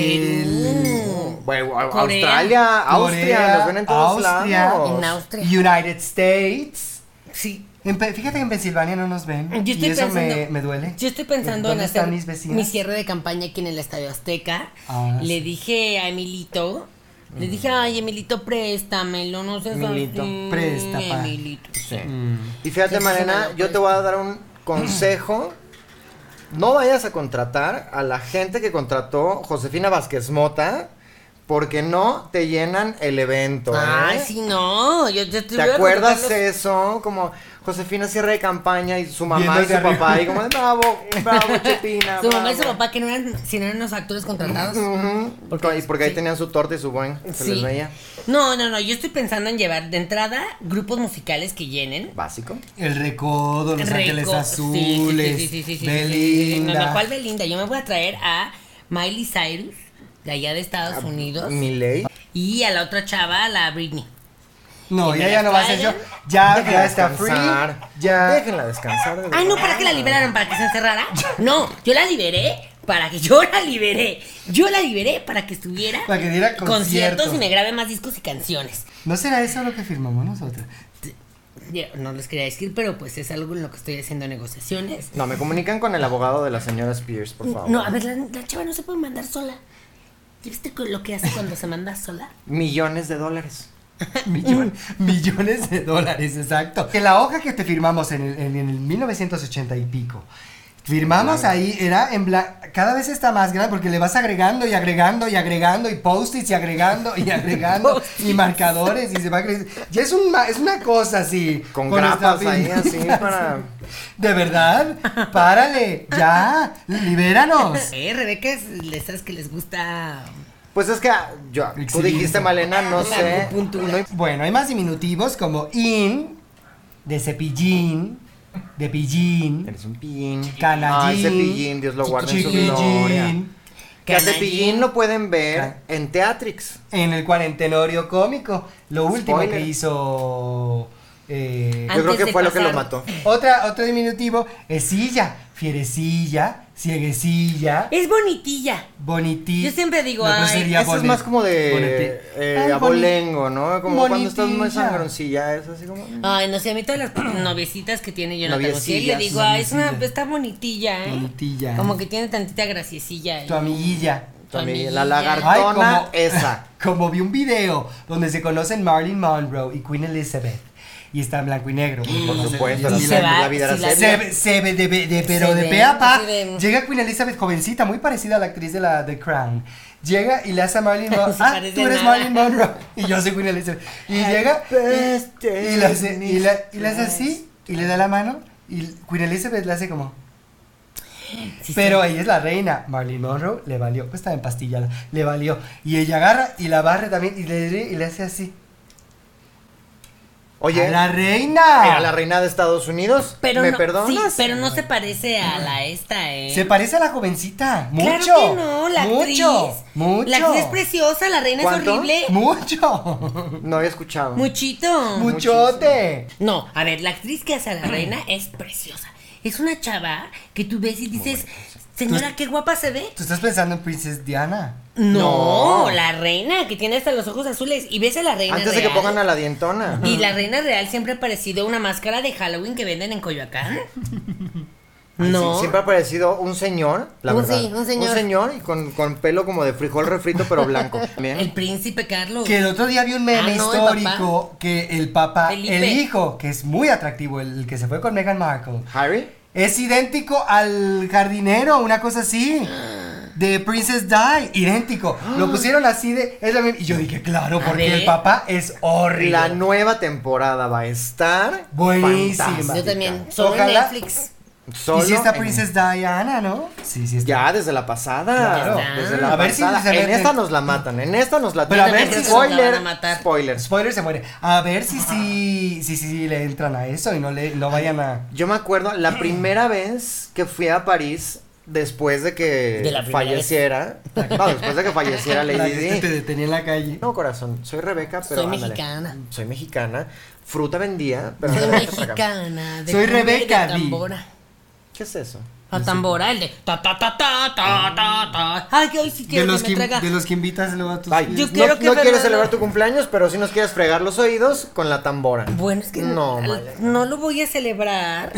S2: Perú.
S3: Bueno, a-
S2: Corea,
S3: Australia, Ah, Austria,
S1: Corea,
S3: nos ven en todos
S1: Austria,
S3: lados.
S2: En Austria.
S1: United States.
S2: Sí.
S1: En Pe- fíjate que en Pensilvania no nos ven.
S2: Yo estoy
S1: y eso
S2: pensando,
S1: me, me duele.
S2: Yo estoy pensando en
S1: ¿Dónde
S2: hacer
S1: están mis vecinos?
S2: mi cierre de campaña aquí en el Estadio Azteca.
S1: Ah,
S2: le
S1: sí. Mm.
S2: dije a Emilito, le dije, ay, Emilito, préstamelo, no seas
S3: Emilito,
S2: así,
S1: presta, pa".
S2: Emilito. ¿Eh?
S3: Sí.
S1: Mm.
S3: Y fíjate,
S2: Entonces,
S3: Malena,
S2: bueno,
S3: yo
S2: pues-
S3: te voy a dar un consejo. No vayas a contratar a la gente que contrató Josefina Vázquez Mota, porque no te llenan el evento. ¿eh?
S2: Ay, sí, no. Yo, yo
S3: ¿Te
S2: voy a
S3: acuerdas eh?
S2: contratar los-
S3: eso? Como Josefina cierre de campaña y su mamá
S1: Viendo
S3: y su
S1: hacia
S3: papá.
S1: arriba.
S3: Y como, bravo,
S2: [LAUGHS]
S3: bravo, Chepina.
S2: Su mamá y su
S3: bravo".
S2: papá que no eran, si no eran los actores
S3: [LAUGHS]
S2: contratados.
S3: Ujú,
S2: Porque-
S3: y porque ahí
S2: sí.
S3: tenían su torta y su buen. Se les
S2: Sí.
S3: veía.
S2: No, no, no, yo estoy pensando en llevar de entrada grupos musicales que llenen.
S3: Básico.
S1: El Recodo, Los
S2: Rico.
S1: Ángeles
S2: Sí,
S1: Azules,
S2: sí, sí, sí, sí, sí, sí, sí, sí.
S1: Belinda.
S2: No, no, ¿cuál Belinda? Yo me voy a traer a Miley Cyrus, de allá de
S1: Ah,
S2: Estados Unidos,
S3: Mi ley.
S2: y a la otra chava, a la Britney.
S1: No,
S2: Que
S1: ya,
S2: me
S1: ya no va a ser yo.
S2: vayan.
S1: Ya,
S3: Déjenla
S1: ya está free.
S3: descansar.
S1: Ya.
S3: Déjenla descansar. de
S1: Ah,
S2: Ay, Ah, no,
S3: verdad.
S2: ¿para qué la liberaron? ¿Para que se encerrara? No, yo la liberé para que [LAUGHS] yo la liberé. Yo la liberé para que estuviera
S1: Para que diera conciertos.
S2: y me grabe más discos y canciones.
S1: ¿No será eso lo que firmamos nosotros?
S2: Yo no les quería decir, pero pues es algo en lo que estoy haciendo negociaciones.
S3: No, me comunican con el abogado de la señora Spears, por favor.
S2: No, a ver, la, la chava no se puede mandar sola. ¿Ya viste con lo que hace cuando se manda sola?
S3: Millones de dólares.
S1: [LAUGHS] Millon- millones de dólares, exacto. Que la hoja que te firmamos en el, en el 1980 y pico. Firmamos ahí, era en blanco. Cada vez está más grande porque le vas agregando y agregando y agregando y post-its y
S3: [LAUGHS]
S1: agregando y agregando y marcadores y se va creciendo. Ya es, un ma- es una cosa así.
S3: Con grapas
S1: esta
S3: ahí,
S1: firma.
S3: así, para...
S1: [LAUGHS] De verdad, párale, ya, libéranos.
S2: Eh, Rebeca es de esas que les gusta.
S3: Pues es que ah, yo, tú
S1: Exhibirse.
S3: dijiste, Malena,
S2: La
S3: no sé.
S2: acupuntura.
S3: No hay-
S1: Bueno, hay más diminutivos como in, de cepillín, de pillín.
S3: Eres un pillín.
S1: Canallín.
S3: Ay, cepillín, ah, Dios lo guarde en su
S1: Chiquillín.
S3: gloria. Que a
S2: Canallín.
S3: cepillín lo pueden ver
S1: Ca-
S3: en Teatrix.
S1: En el cuarentenorio cómico. Lo último
S3: Spoiler.
S1: que hizo. eh,
S2: Ah. Antes
S3: Yo creo
S2: de
S3: que fue lo que lo
S2: pasar-
S3: mató.
S1: otra, otro diminutivo es silla. Fierecilla, cieguecilla,
S2: Es bonitilla.
S1: bonitilla.
S2: Eh, Yo siempre digo,
S1: No, no
S2: ay,
S1: sería
S3: Eso es
S1: bonet-
S3: más como de
S1: bonete-
S3: eh,
S1: Ay, boni-
S3: abolengo, ¿no? Como cuando estás
S1: bonitilla.
S3: más sangroncilla, es así como...
S2: Ay, no sé, a mí todas [CLEARS THROAT] las noviecitas que tiene Jonathan
S3: Noviecillas.
S2: Montiel, le digo, ay, es una,
S1: Noviecillas.
S2: está bonitilla, ¿eh?
S1: Bonitilla.
S2: Como que tiene tantita graciecilla. ¿eh?
S1: Tu amiguilla.
S3: También
S2: amiguilla.
S3: la
S1: Ay,
S3: lagartona
S1: como-
S3: esa.
S1: Como vi un video donde se conocen Marilyn Monroe y Queen Elizabeth. Y está en blanco y negro. porque
S2: [LAUGHS]
S3: Por
S1: no se-
S3: supuesto,
S1: y
S3: la,
S2: se
S1: se-
S2: va,
S3: la vida era
S2: sí, la-
S3: seria.
S1: se, se ve de, de- de- pero
S2: Se
S1: de
S2: ve,
S1: pe a pa.
S2: así de-
S1: Llega Queen Elizabeth, jovencita, muy parecida a la actriz de la The Crown. Llega y le hace a
S2: [LAUGHS]
S1: Marilyn Monroe.
S2: Se
S1: ah,
S2: parece
S1: tú eres
S2: nada".
S1: Marilyn Monroe. [LAUGHS] Y yo soy Queen Elizabeth. Y llega y, y le hace, y, la- y le hace así y le da la mano. Y Queen Elizabeth le hace como.
S2: [GASPS] Sí,
S1: Pero
S2: sí.
S1: ella es la reina. Marilyn Monroe le valió. Pues estaba empastillada. Le valió. Y ella agarra y la barre también. Y le, y le hace así.
S3: Oye,
S1: ¡A la reina!
S3: era la reina de Estados Unidos.
S2: Pero
S3: ¿Me
S2: no,
S3: perdonas?
S2: sí, pero no se parece a la esta, ¿eh?
S1: Se parece a la jovencita. Mucho.
S2: Claro que no, la
S1: mucho,
S2: actriz.
S1: Mucho.
S2: La actriz es preciosa, la reina
S3: ¿Cuánto?
S2: es horrible. [LAUGHS]
S1: Mucho.
S3: No había escuchado.
S2: Muchito.
S1: Muchote.
S2: No, a ver, la actriz que hace a la reina es preciosa. Es una chava que tú ves y dices, señora, qué guapa se ve.
S1: Tú estás pensando en Princess Diana.
S2: No,
S3: No.
S2: la reina que tiene hasta los ojos azules. Y ves a la reina
S3: Antes de
S2: real.
S3: que pongan a la dientona.
S2: Y la reina real siempre ha parecido una máscara de Halloween que venden en Coyoacán. [LAUGHS] No.
S3: Sí, siempre ha parecido un señor, la
S2: Un
S3: verdad.
S2: sí, un señor.
S3: Un señor y con, con pelo como de frijol refrito, pero blanco.
S2: [LAUGHS]
S3: Bien.
S2: El príncipe Carlos.
S1: Que el otro día vi un meme
S2: Ah, no, el
S1: histórico que el papá,
S2: Felipe.
S1: el hijo, que es muy atractivo, el, el que se fue con Meghan Markle,
S3: ¿Harry?
S1: es idéntico al jardinero, una cosa así. De Princess Di, idéntico. Lo pusieron así de. es la misma- y yo dije, claro,
S2: Ah. A
S1: porque el
S2: ver.
S1: papá es horrible.
S3: La nueva temporada va a estar.
S1: Buenísima.
S3: fantástica.
S2: Yo también. Solo en
S1: Ojalá.
S2: Netflix.
S1: Y
S3: Solo
S1: si está
S3: en-
S1: Princess Diana, ¿no? Sí, sí está.
S3: Ya, desde la pasada.
S1: Claro.
S3: Desde la
S1: A ver si
S3: pasada.
S1: se
S3: en
S1: meten.
S3: esta nos la matan. En esta nos la
S1: Pero a
S3: tiran.
S1: ver si-
S2: la
S3: spoiler.
S2: van a matar.
S3: Spoilers.
S1: Spoiler se muere. A ver si sí, si sí, le entran a eso y no le no vayan a.
S3: Yo me acuerdo la primera vez que fui a París después de que
S2: De la primera
S3: falleciera. No, después de que falleciera
S1: La
S3: Lady
S1: gente
S3: Di.
S1: te detenía en la calle.
S3: No, corazón, soy Rebeca, pero
S2: Soy
S3: ándale.
S2: mexicana.
S3: Soy mexicana. Fruta vendía, pero
S2: Soy
S3: ándale, para acá.
S2: mexicana. de
S1: Soy
S2: cumbia y de
S1: Rebeca, di.
S2: tambora.
S3: ¿Qué es eso?
S2: La tambora, el de ta ta ta ta ta ta ta. Ay, que hoy sí
S1: De
S2: quiero
S1: los,
S2: que
S1: que,
S2: me traiga.
S1: de los que invitas luego a tus.
S3: Ay,
S2: Pues Yo
S3: no,
S2: quiero que
S3: no
S2: me
S3: quieres
S2: manden-
S3: celebrar tu cumpleaños, pero sí nos quieres fregar los oídos con la tambora.
S2: Bueno, es que
S3: No,
S2: al-
S3: Maya.
S2: no lo voy a
S3: [LAUGHS]
S2: celebrar.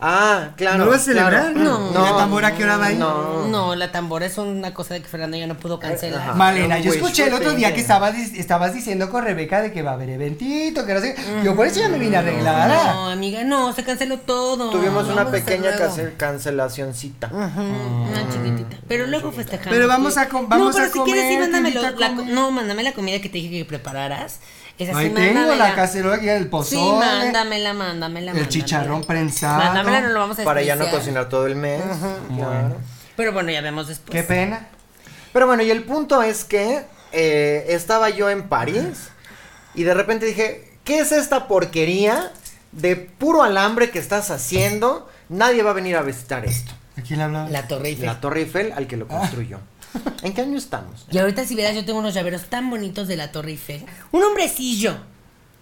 S3: Ah, claro.
S1: ¿No lo vas a celebrar?
S3: claro.
S2: No.
S1: ¿La tambora a qué hora va a ir?
S3: No.
S2: No, la tambora es una cosa de que Fernando ya no pudo cancelar.
S3: Ah. Ajá.
S1: Malena, yo
S3: Wish
S1: escuché el otro día
S3: fulfillment.
S1: que estabas, dis- estabas diciendo con Rebeca de que va a haber eventito, que no sé. Yo por eso ya me vine arreglada.
S2: No, amiga, no, se canceló todo.
S3: Tuvimos una
S2: Vamos a
S3: pequeña Ah.
S2: hacer
S3: cance-
S2: luego.
S3: cancelacioncita.
S2: Ujú, Una chiquitita. Pero luego festejamos.
S1: Pero vamos a com- vamos
S2: no, pero
S1: a
S2: si quieres, sí,
S1: comer, te
S2: mándame
S1: invito
S2: lo-
S1: a
S2: la, co-
S1: comer.
S2: No, mándame la comida que te dije que prepararas. Esa sí,
S1: Ahí tengo
S2: mándamela.
S1: la cacerola aquí el pozole.
S2: Sí, mándamela, mándamela.
S1: El
S2: mándamela.
S1: chicharrón prensado.
S2: Mándamela, no lo vamos a
S3: Para ya no
S2: desperdiciar.
S3: cocinar todo el mes. Claro.
S2: Pero bueno, ya vemos después.
S1: Qué pena.
S3: Pero bueno, y el punto es que eh, estaba yo en París y de repente dije, ¿qué es esta porquería de puro alambre que estás haciendo? Nadie va a venir a visitar esto.
S1: ¿A quién le hablaba?
S2: La Torre Eiffel.
S3: La Torre Eiffel al que lo construyó. ¿En qué año estamos?
S2: Y ahorita si verás, yo tengo unos llaveros tan bonitos de la Torre Eiffel. Un hombrecillo.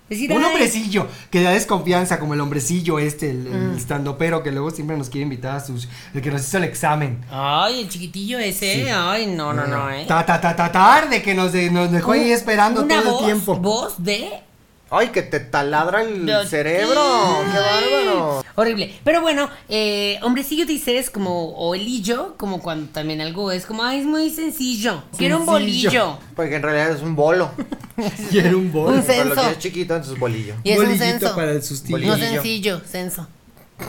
S2: Decir,
S1: Un
S2: "Ay,
S1: hombrecillo que da desconfianza, como el hombrecillo este, el,
S2: Mm.
S1: el standopero que luego siempre nos quiere invitar a sus. el que nos hizo el examen.
S2: Ay, el chiquitillo ese. Ay, no, no, no, eh.
S1: Ta, ta, ta, ta, tarde que nos, de- nos dejó ahí esperando
S2: Una
S1: todo
S2: voz-
S1: el tiempo.
S2: voz de
S3: Ay, que te taladra el
S2: Dios.
S3: cerebro. Qué bárbaro.
S2: Horrible. Pero bueno, eh, hombrecillo dices como, o el hillo, como cuando también algo es como, ay, es muy sencillo. Quiero un
S1: Sencillo.
S2: bolillo.
S3: Porque en realidad es un bolo.
S1: [LAUGHS] Y era un bol.
S2: Un
S1: Un
S2: censo.
S3: Pero lo que es chiquito, entonces es bolillo.
S2: Y es un
S1: bolillito
S2: censo.
S1: para el sustillo.
S2: No
S3: Bolillo.
S2: sencillo, censo.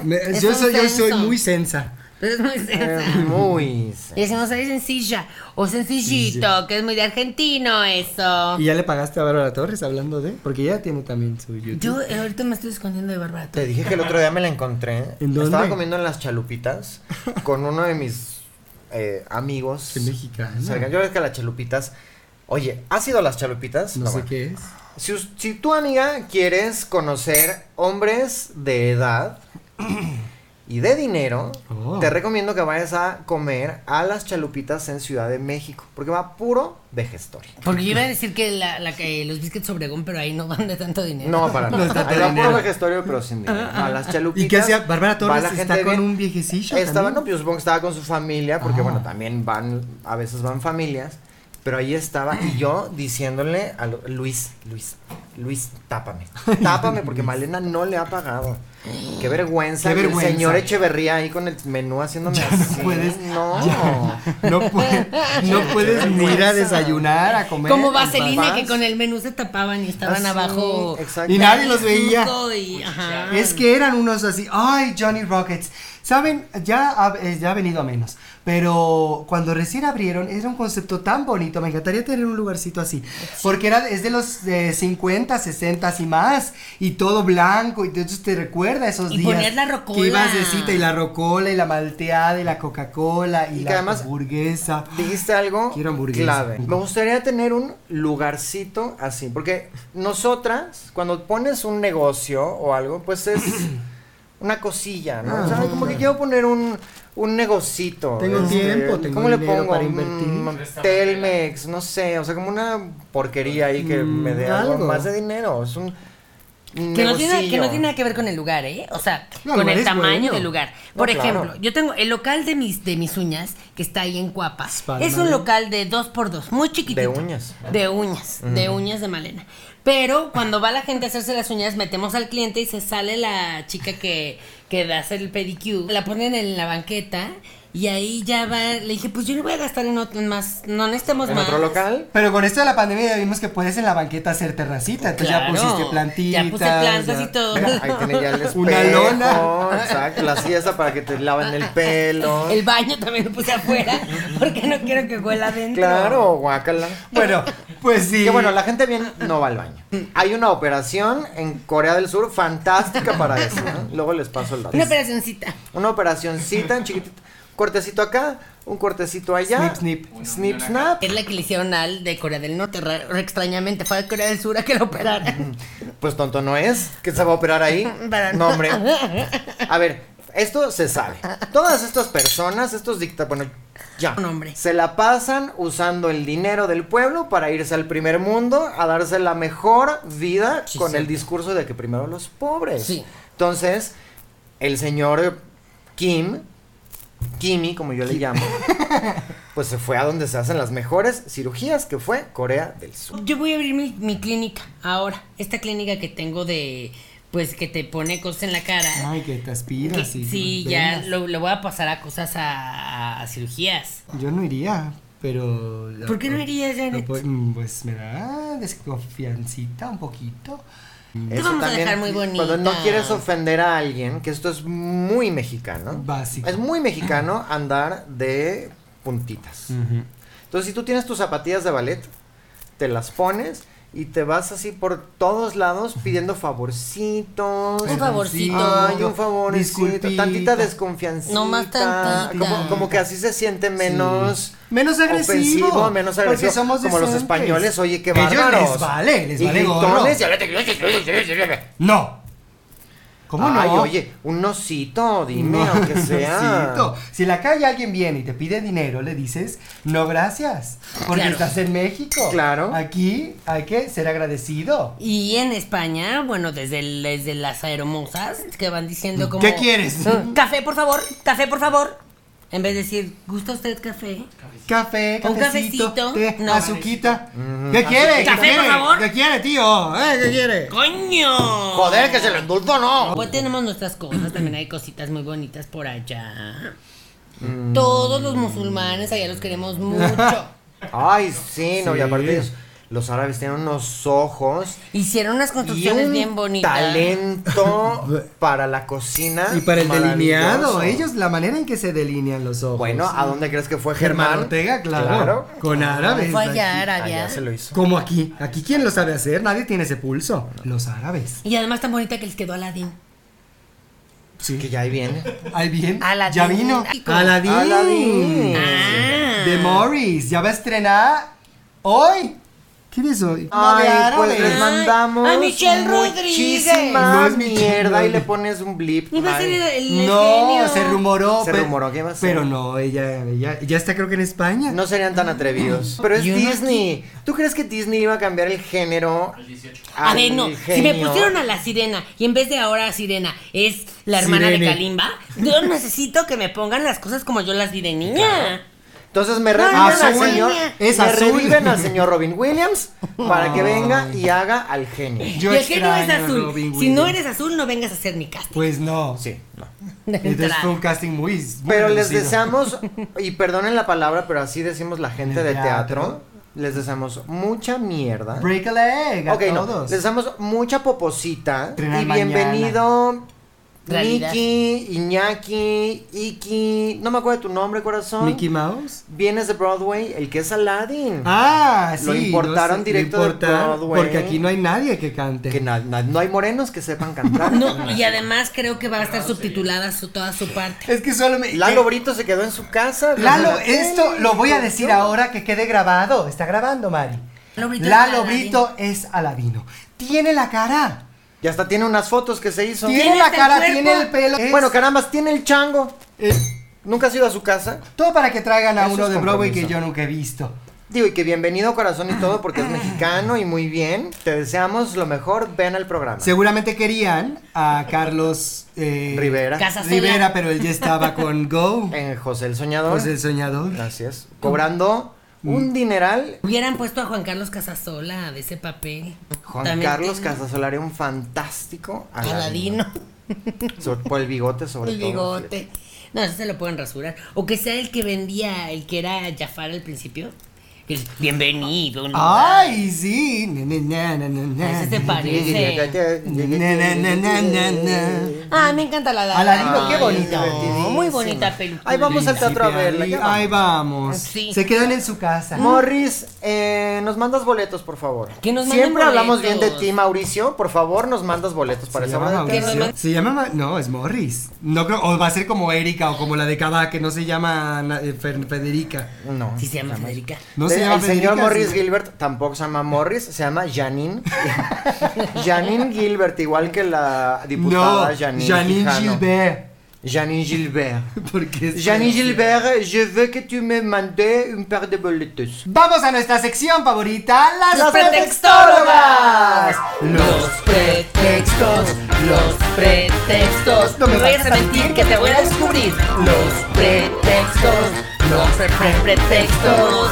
S1: Me-
S2: Es
S1: yo,
S2: un
S1: soy, yo soy
S2: censo.
S1: muy sensa.
S2: Pero es muy
S1: Ah,
S2: censo.
S3: Eh, Muy.
S2: Y decimos, ay, sencilla. O sencillito, que es muy de argentino eso.
S1: Y ya le pagaste a Bárbara Torres hablando de. Porque ella tiene también su YouTube.
S2: Yo eh, ahorita me estoy escondiendo de Bárbara.
S3: Te dije que el otro día me la encontré.
S1: ¿En dónde?
S3: Estaba comiendo en las chalupitas con uno de mis eh, amigos.
S1: Qué mexicano.
S3: Cerca- Yo creo que las chalupitas. Oye, ¿has ido a las chalupitas?
S1: no sé
S3: bueno.
S1: qué es.
S3: Si, us- si tu amiga quieres conocer hombres de edad y de dinero,
S1: Oh.
S3: te recomiendo que vayas a comer a las chalupitas en Ciudad de México, porque va puro de gestor.
S2: Porque yo iba a decir que la, la que los biscuits Obregón, pero ahí no van de tanto dinero.
S3: No, para
S1: [LAUGHS] No está
S3: nada. Ahí
S1: todo
S3: va puro
S1: dinero.
S3: vejestorio, pero sin dinero. A las chalupitas.
S1: ¿Y qué hacía? Bárbara
S3: va
S1: Torres
S3: la
S1: está
S3: gente
S1: con
S3: bien-
S1: un viejecillo.
S3: Estaba, no,
S1: también.
S3: pues yo supongo que estaba con su familia, porque
S1: Ah.
S3: bueno, también van, a veces van familias, pero ahí estaba, y yo diciéndole a Lu- Luis, Luis, Luis, tápame,
S1: [LAUGHS]
S3: tápame, porque Malena no le ha pagado. Qué vergüenza,
S1: Qué
S3: que
S1: vergüenza.
S3: el señor Echeverría ahí con el menú haciéndome así.
S1: no puedes,
S3: No.
S2: [LAUGHS]
S1: No, puede- no puedes ni ir a desayunar, a comer.
S2: Como vaselina
S3: vas.
S2: que con el menú se tapaban y estaban
S3: Así,
S2: abajo.
S3: exacto.
S1: Y nadie los veía.
S2: Surco y- ajá.
S1: Es que eran unos así, ay, Johnny Rockets. Saben, ya ha, eh, ya ha venido a menos, pero cuando recién abrieron era un concepto tan bonito, me encantaría tener un lugarcito así, porque era es de los eh, 50, 60 y más, y todo blanco, y entonces te recuerda esos
S2: Y
S1: días.
S2: ponías la rocola.
S1: Que ibas de cita, y la rocola, y la malteada, y la Coca-Cola, y,
S3: Y que
S1: la
S3: además-
S1: hamburguesa.
S3: Dijiste algo
S1: Quiero hamburguesa.
S3: clave. Me gustaría tener un lugarcito así, porque nosotras, cuando pones un negocio o algo, pues
S1: [CLEARS THROAT]
S3: es una cosilla, ¿no? o sea, ay, como que quiero poner un, un negocito.
S1: Ah.
S3: este,
S1: Tengo tiempo, tengo
S3: ¿Cómo le
S1: dinero
S3: pongo?
S1: para invertir.
S3: Mm, Telmex, no sé, o sea, como una porquería ahí que
S1: Mm,
S3: me dé
S1: algo.
S3: algo más de dinero. Es un
S2: Que no, tiene, que
S3: negocillo.
S2: no tiene nada que ver con el lugar, ¿eh? O sea,
S1: No, el
S2: con
S1: lugar
S2: el
S1: es
S2: tamaño
S1: bueno.
S2: del lugar.
S3: No,
S2: Por
S3: claro.
S2: ejemplo, yo tengo el local de mis, de mis uñas, que está ahí en Cuapa.
S1: Palma
S2: Es un
S1: de-
S2: local de dos por dos, muy chiquitito.
S3: De uñas.
S2: De uñas, de uñas de Malena. Pero cuando va la gente a hacerse las uñas, metemos al cliente y se sale la chica que, que da hacer el pedicure. La ponen en la banqueta y ahí ya va. Le dije, pues yo no voy a gastar en otro más. No necesitamos
S3: En
S2: más.
S3: otro local.
S1: Pero con esto de la pandemia ya vimos que puedes en la banqueta hacer terracita, entonces
S2: Claro.
S1: Pues ya pusiste plantitas.
S2: Ya puse plantas
S1: ya-
S2: y todo.
S3: Ahí tiene ya el espejo.
S1: [LAUGHS] Una lona.
S3: Exacto, la silla esa para que te lavan el pelo.
S2: El baño también lo puse afuera porque no quiero que huela adentro.
S3: Claro, guácala.
S1: Bueno, pues sí.
S3: Que bueno, la gente bien no va al baño. [LAUGHS] Hay una operación en Corea del Sur fantástica para eso. ¿no? Luego les paso el dato.
S2: Una operacioncita.
S3: Una operacioncita en chiquitito. Cortecito acá, un cortecito allá.
S1: Snip, snip.
S3: Snip, snap.
S2: Es la que le hicieron al de Corea del Norte. ra- Extrañamente fue a Corea del Sur a que lo operaran.
S3: Pues tonto no es. que se va a operar [LAUGHS] ahí?
S2: [LAUGHS] Para-
S3: No, hombre. A ver, esto se sabe. Todas estas personas, estos dicta, bueno, ya.
S2: Un hombre.
S3: Se la pasan usando el dinero del pueblo para irse al primer mundo a darse la mejor vida
S2: Sí,
S3: con
S2: sí.
S3: el discurso de que primero los pobres.
S2: Sí.
S3: Entonces, el señor Kim, Kimi, como yo le llamo,
S2: [LAUGHS]
S3: pues se fue a donde se hacen las mejores cirugías, que fue Corea del Sur.
S2: Yo voy a abrir mi, mi clínica ahora. Esta clínica que tengo de. Pues que te pone cosas en la cara.
S1: Ay, que te
S2: Que-
S1: aspiras. y
S2: sí, ya
S1: venas.
S2: lo, lo voy a pasar a cosas a, a cirugías.
S1: Yo no iría, pero.
S2: ¿Por qué no irías,
S1: No
S2: Janet?
S1: puedo- mm, pues me da desconfiancita un poquito.
S2: Te vamos a dejar muy
S3: Cuando no
S2: bonita.
S3: quieres ofender a alguien, que esto es muy mexicano.
S1: Básico.
S3: Es muy mexicano andar de puntitas.
S1: Mm.
S3: Entonces, si tú tienes tus zapatillas de ballet, te las pones y te vas así por todos lados pidiendo favorcitos.
S2: Un favorcito.
S3: Ay, un favorcito.
S1: Disculpita.
S3: Tantita desconfianza.
S2: No más tantita.
S3: Como, como que así se siente menos.
S1: Menos agresivo.
S3: ofensivo, menos
S1: porque
S3: agresivo.
S1: somos
S3: como los
S1: decentes.
S3: españoles, oye, qué
S1: Ellos
S3: bárbaros.
S1: les vale, les
S3: Y
S1: vale
S3: [LAUGHS]
S1: gorro.
S3: gritones, y ahora te-
S1: No. ¿Cómo
S3: Ay,
S1: no?
S3: oye, un osito, dime,
S1: No, [LAUGHS]
S3: aunque sea.
S1: Rosito, Si en la calle alguien viene y te pide dinero, le dices, no gracias, porque
S2: Claro.
S1: estás en México.
S3: Claro.
S1: Aquí hay que ser agradecido.
S2: Y en España, bueno, desde, el- desde las aeromosas que van diciendo como...
S1: ¿Qué quieres?
S2: "Mm, [LAUGHS] Café, por favor, café, por favor. En vez de decir, ¿gusta usted café?
S1: Café,
S2: Un
S1: cafecito,
S2: cafecito.
S1: té,
S2: No.
S1: azuquita.
S3: Mm.
S1: ¿Qué
S2: Café,
S1: quiere? ¿Qué
S2: por
S1: quiere?
S2: favor.
S1: ¿Qué quiere, tío? ¿Eh? ¿Qué quiere?
S2: ¡Coño!
S3: Joder, que se lo endulzo, no.
S2: Pues tenemos nuestras cosas, también hay cositas muy bonitas por allá.
S3: Mm.
S2: Todos los musulmanes allá los queremos
S3: [LAUGHS]
S2: mucho.
S3: Ay, sí, no, y
S1: Sí.
S3: aparte ellos, los árabes tienen unos ojos
S2: Hicieron unas
S3: y
S2: construcciones
S3: un
S2: bien bonitas.
S1: [LAUGHS]
S3: talento para la cocina.
S1: Y para el
S3: Ah, maravilloso.
S1: delineado, ellos, la manera en que se delinean los ojos.
S3: Bueno, ¿a dónde crees que fue Germán?
S1: Germán Ortega, claro. Con árabes.
S2: Fue allá,
S1: aquí.
S2: Arabia.
S3: Allá se lo hizo.
S1: Como aquí. Aquí, ¿quién lo sabe hacer? Nadie tiene ese pulso. Los árabes.
S2: Y además tan bonita que les quedó Aladdin.
S1: Sí.
S3: Que ya ahí viene.
S1: Ahí bien.
S2: Aladín.
S1: Ya vino.
S2: Chico.
S1: Aladín.
S3: Aladín.
S2: Ah.
S1: De Morris. Ya va a estrenar hoy. ¿Quién es hoy? No, de
S3: Ay, pues
S1: árabes.
S3: les mandamos
S2: a Michelle
S1: No
S3: muchísima
S1: es Michelle
S3: mierda y
S1: Rodríguez.
S3: le pones un blip.
S2: Iba a ser el,
S3: Ay.
S2: el
S1: No,
S2: genio.
S1: se rumoró.
S3: Se
S1: pe-
S3: rumoró que iba a ser.
S1: Pero no, ella, ella, ya está creo que en España.
S3: No serían tan atrevidos. Pero es
S2: Yo no
S3: Disney. ¿Tú crees que Disney iba a cambiar el género?
S2: A ver, no. Si me pusieron
S3: a...
S2: a la sirena y en vez de ahora sirena es la hermana
S1: Sirene.
S2: de Kalimba,
S1: [LAUGHS]
S2: yo necesito que me pongan las cosas como yo las vi de niña.
S3: Entonces me
S2: No,
S3: reviven
S2: no, no,
S3: al
S2: no,
S3: señor.
S2: no, no.
S1: Es
S3: me
S1: azul.
S3: reviven al señor Robin Williams para que venga y haga al genio.
S1: Yo
S2: y el genio es
S1: extraño a
S2: azul.
S1: Robin
S2: Si no
S1: Williams.
S2: eres azul, no vengas a hacer mi casting.
S1: Pues no.
S3: Sí, no.
S2: De
S1: Entonces
S2: entrada.
S1: fue un casting muy. muy
S3: Pero les
S1: reducido.
S3: deseamos, y perdonen la palabra, pero así decimos la gente
S1: El
S3: de
S1: teatro.
S3: teatro. Les deseamos mucha mierda.
S1: Break a leg a
S3: Ok, no.
S1: todos.
S3: Les damos mucha poposita.
S1: Trenar
S3: y
S1: mañana.
S3: bienvenido.
S2: Realidad.
S3: Nicky, Iñaki, Iki. No me acuerdo de tu nombre, corazón.
S1: Mickey Mouse.
S3: Vienes de Broadway, el que es Aladdin.
S1: Ah, sí.
S3: Lo importaron
S1: no sé,
S3: directo
S1: lo
S3: de
S1: importaron,
S3: Broadway.
S1: Porque aquí no hay nadie que cante.
S3: Que na- na- no hay morenos que sepan cantar.
S2: [LAUGHS] No, y además creo que va a estar subtitulada su- toda su parte.
S1: Es que solo me.
S3: Lalo Brito se quedó en su casa. viendo
S1: Lalo,
S3: la
S1: esto
S3: tele.
S1: lo voy a decir ahora que quede grabado. Está grabando, Mari.
S2: Lalo Brito es
S1: Lalo
S2: Aladino.
S1: Brito es aladino. Tiene la cara.
S3: Y hasta tiene unas fotos que se hizo.
S1: Tiene
S2: Tiene
S1: la
S2: hasta el
S1: cara,
S2: cuerpo.
S1: tiene el pelo. Es-
S3: Bueno, carambas, tiene el chango.
S1: es-
S3: ¿Nunca has ido a su casa?
S1: todo para que traigan a
S3: Eso
S1: uno
S3: es
S1: de Broadway que
S3: compromiso.
S1: yo nunca he visto.
S3: Digo, y que bienvenido corazón y todo porque
S1: [CLEARS THROAT]
S3: es mexicano y muy bien. Te deseamos lo mejor, ven al programa.
S1: Seguramente querían a Carlos eh,
S3: Rivera.
S2: Casa sola.
S1: Rivera, pero él ya estaba
S3: [LAUGHS]
S1: con Go.
S3: En José el Soñador.
S1: Pues el soñador. Mm.
S3: Así es. Cobrando un dineral.
S2: Hubieran puesto a Juan Carlos Casasola de ese papel.
S3: Juan
S2: También
S3: Carlos
S2: tiene-
S3: Casasolare, un fantástico aladino.
S2: Aladino.
S3: Sobre- por el bigote, sobre
S2: El
S3: todo.
S2: bigote. No, eso se lo pueden rasurar. O que sea el que vendía, el que era Jafar al principio. El bienvenido. ¿no?
S1: Ah, Ay, sí. Na, na, na, na, na,
S2: Ese se
S1: na,
S2: parece.
S1: Aladino,
S2: Ah, me encanta la dama.
S1: qué
S2: Ay,
S1: bonito.
S2: no, muy bonita peluca.
S3: Ahí vamos al teatro a verla. ya vamos.
S1: Ahí vamos.
S2: Sí.
S1: Se quedan en su casa.
S3: Morris, eh, nos mandas boletos, por favor.
S2: Que nos manden
S3: Siempre hablamos bien
S2: boletos.
S3: de ti, Mauricio. Por favor, nos mandas boletos para
S1: se
S3: esa
S1: llama
S3: obra de
S1: Mauricio.
S3: teatro.
S2: Que nos
S1: Se llama Ma- no, es Morris. No creo o va a ser como Erika o como la de Cava que no se llama Ana- eh, Fer- Federica.
S3: No.
S2: Sí, se llama Federica.
S1: No
S3: De-
S1: se llama
S3: el señor
S1: Federica,
S3: Morris
S1: sí.
S3: Gilbert tampoco se llama Morris, se llama Janine. [LAUGHS] Janine Gilbert, igual que la diputada
S1: no,
S3: Janine.
S1: Janine
S3: Quijano.
S1: Gilbert.
S3: Janine Gilbert.
S1: Porque es-
S3: Janine Gilbert, je veux que tu me mandes un par de boletos.
S1: Vamos a nuestra sección favorita, las,
S3: Las
S1: pretextólogas.
S2: Los pretextos, los pretextos.
S1: No me
S2: vayas
S1: vas a mentir que te voy a
S2: descubrir. Los pretextos, los pretextos.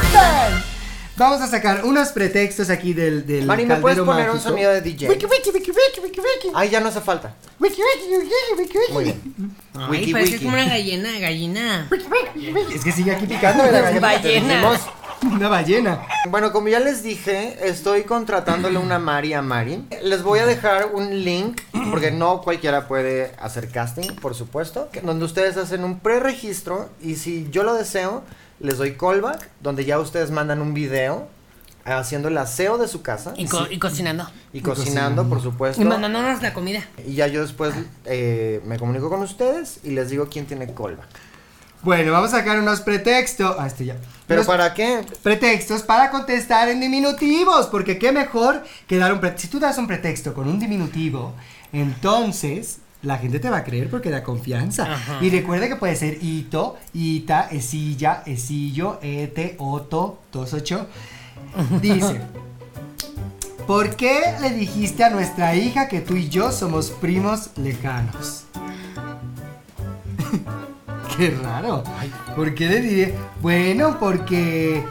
S1: Vamos a sacar unos pretextos aquí del del
S3: Mari, ¿me puedes
S1: caldero
S3: poner un
S1: mágico?
S3: sonido de DJ?
S1: Wiki, wiki, wiki, wiki, wiki, wiki.
S3: Ay, ya no hace falta.
S1: Wiki, wiki, wiki, wiki, wiki.
S3: Muy bien.
S2: Ay,
S3: Wiki,
S2: parece
S3: wiki.
S2: como una gallina, gallina.
S1: Es que sigue aquí picando la
S3: Ya
S1: gallina.
S2: Vaya.
S3: te
S2: Ballena.
S3: dijimos.
S1: Una ballena.
S3: Bueno, como ya les dije, estoy contratándole una Mari a Mari. Les voy a dejar un link, porque no cualquiera puede hacer casting, por supuesto, que- donde ustedes hacen un preregistro y si yo lo deseo, les doy callback, donde ya ustedes mandan un video haciendo el aseo de su casa
S2: Y,
S3: y,
S2: co- y cocinando.
S3: cocinando, por supuesto.
S2: Y mandándonos la comida.
S3: Y ya yo después eh, me comunico con ustedes y les digo quién tiene callback.
S1: Bueno, vamos a sacar unos pretextos. Ah, este ya.
S3: ¿Pero
S1: Unos
S3: para qué?
S1: pretextos para contestar en diminutivos, porque qué mejor que dar un pretexto. Si tú das un pretexto con un diminutivo, entonces la gente te va a creer porque da confianza.
S2: Ajá.
S1: Y recuerda que puede ser Ito, Ita, Esilla, Esillo, Ete, Oto, 28. Dice, ¿por qué le dijiste a nuestra hija que tú y yo somos primos lejanos? [LAUGHS] Qué raro. ¿Por qué le diré? Bueno, porque...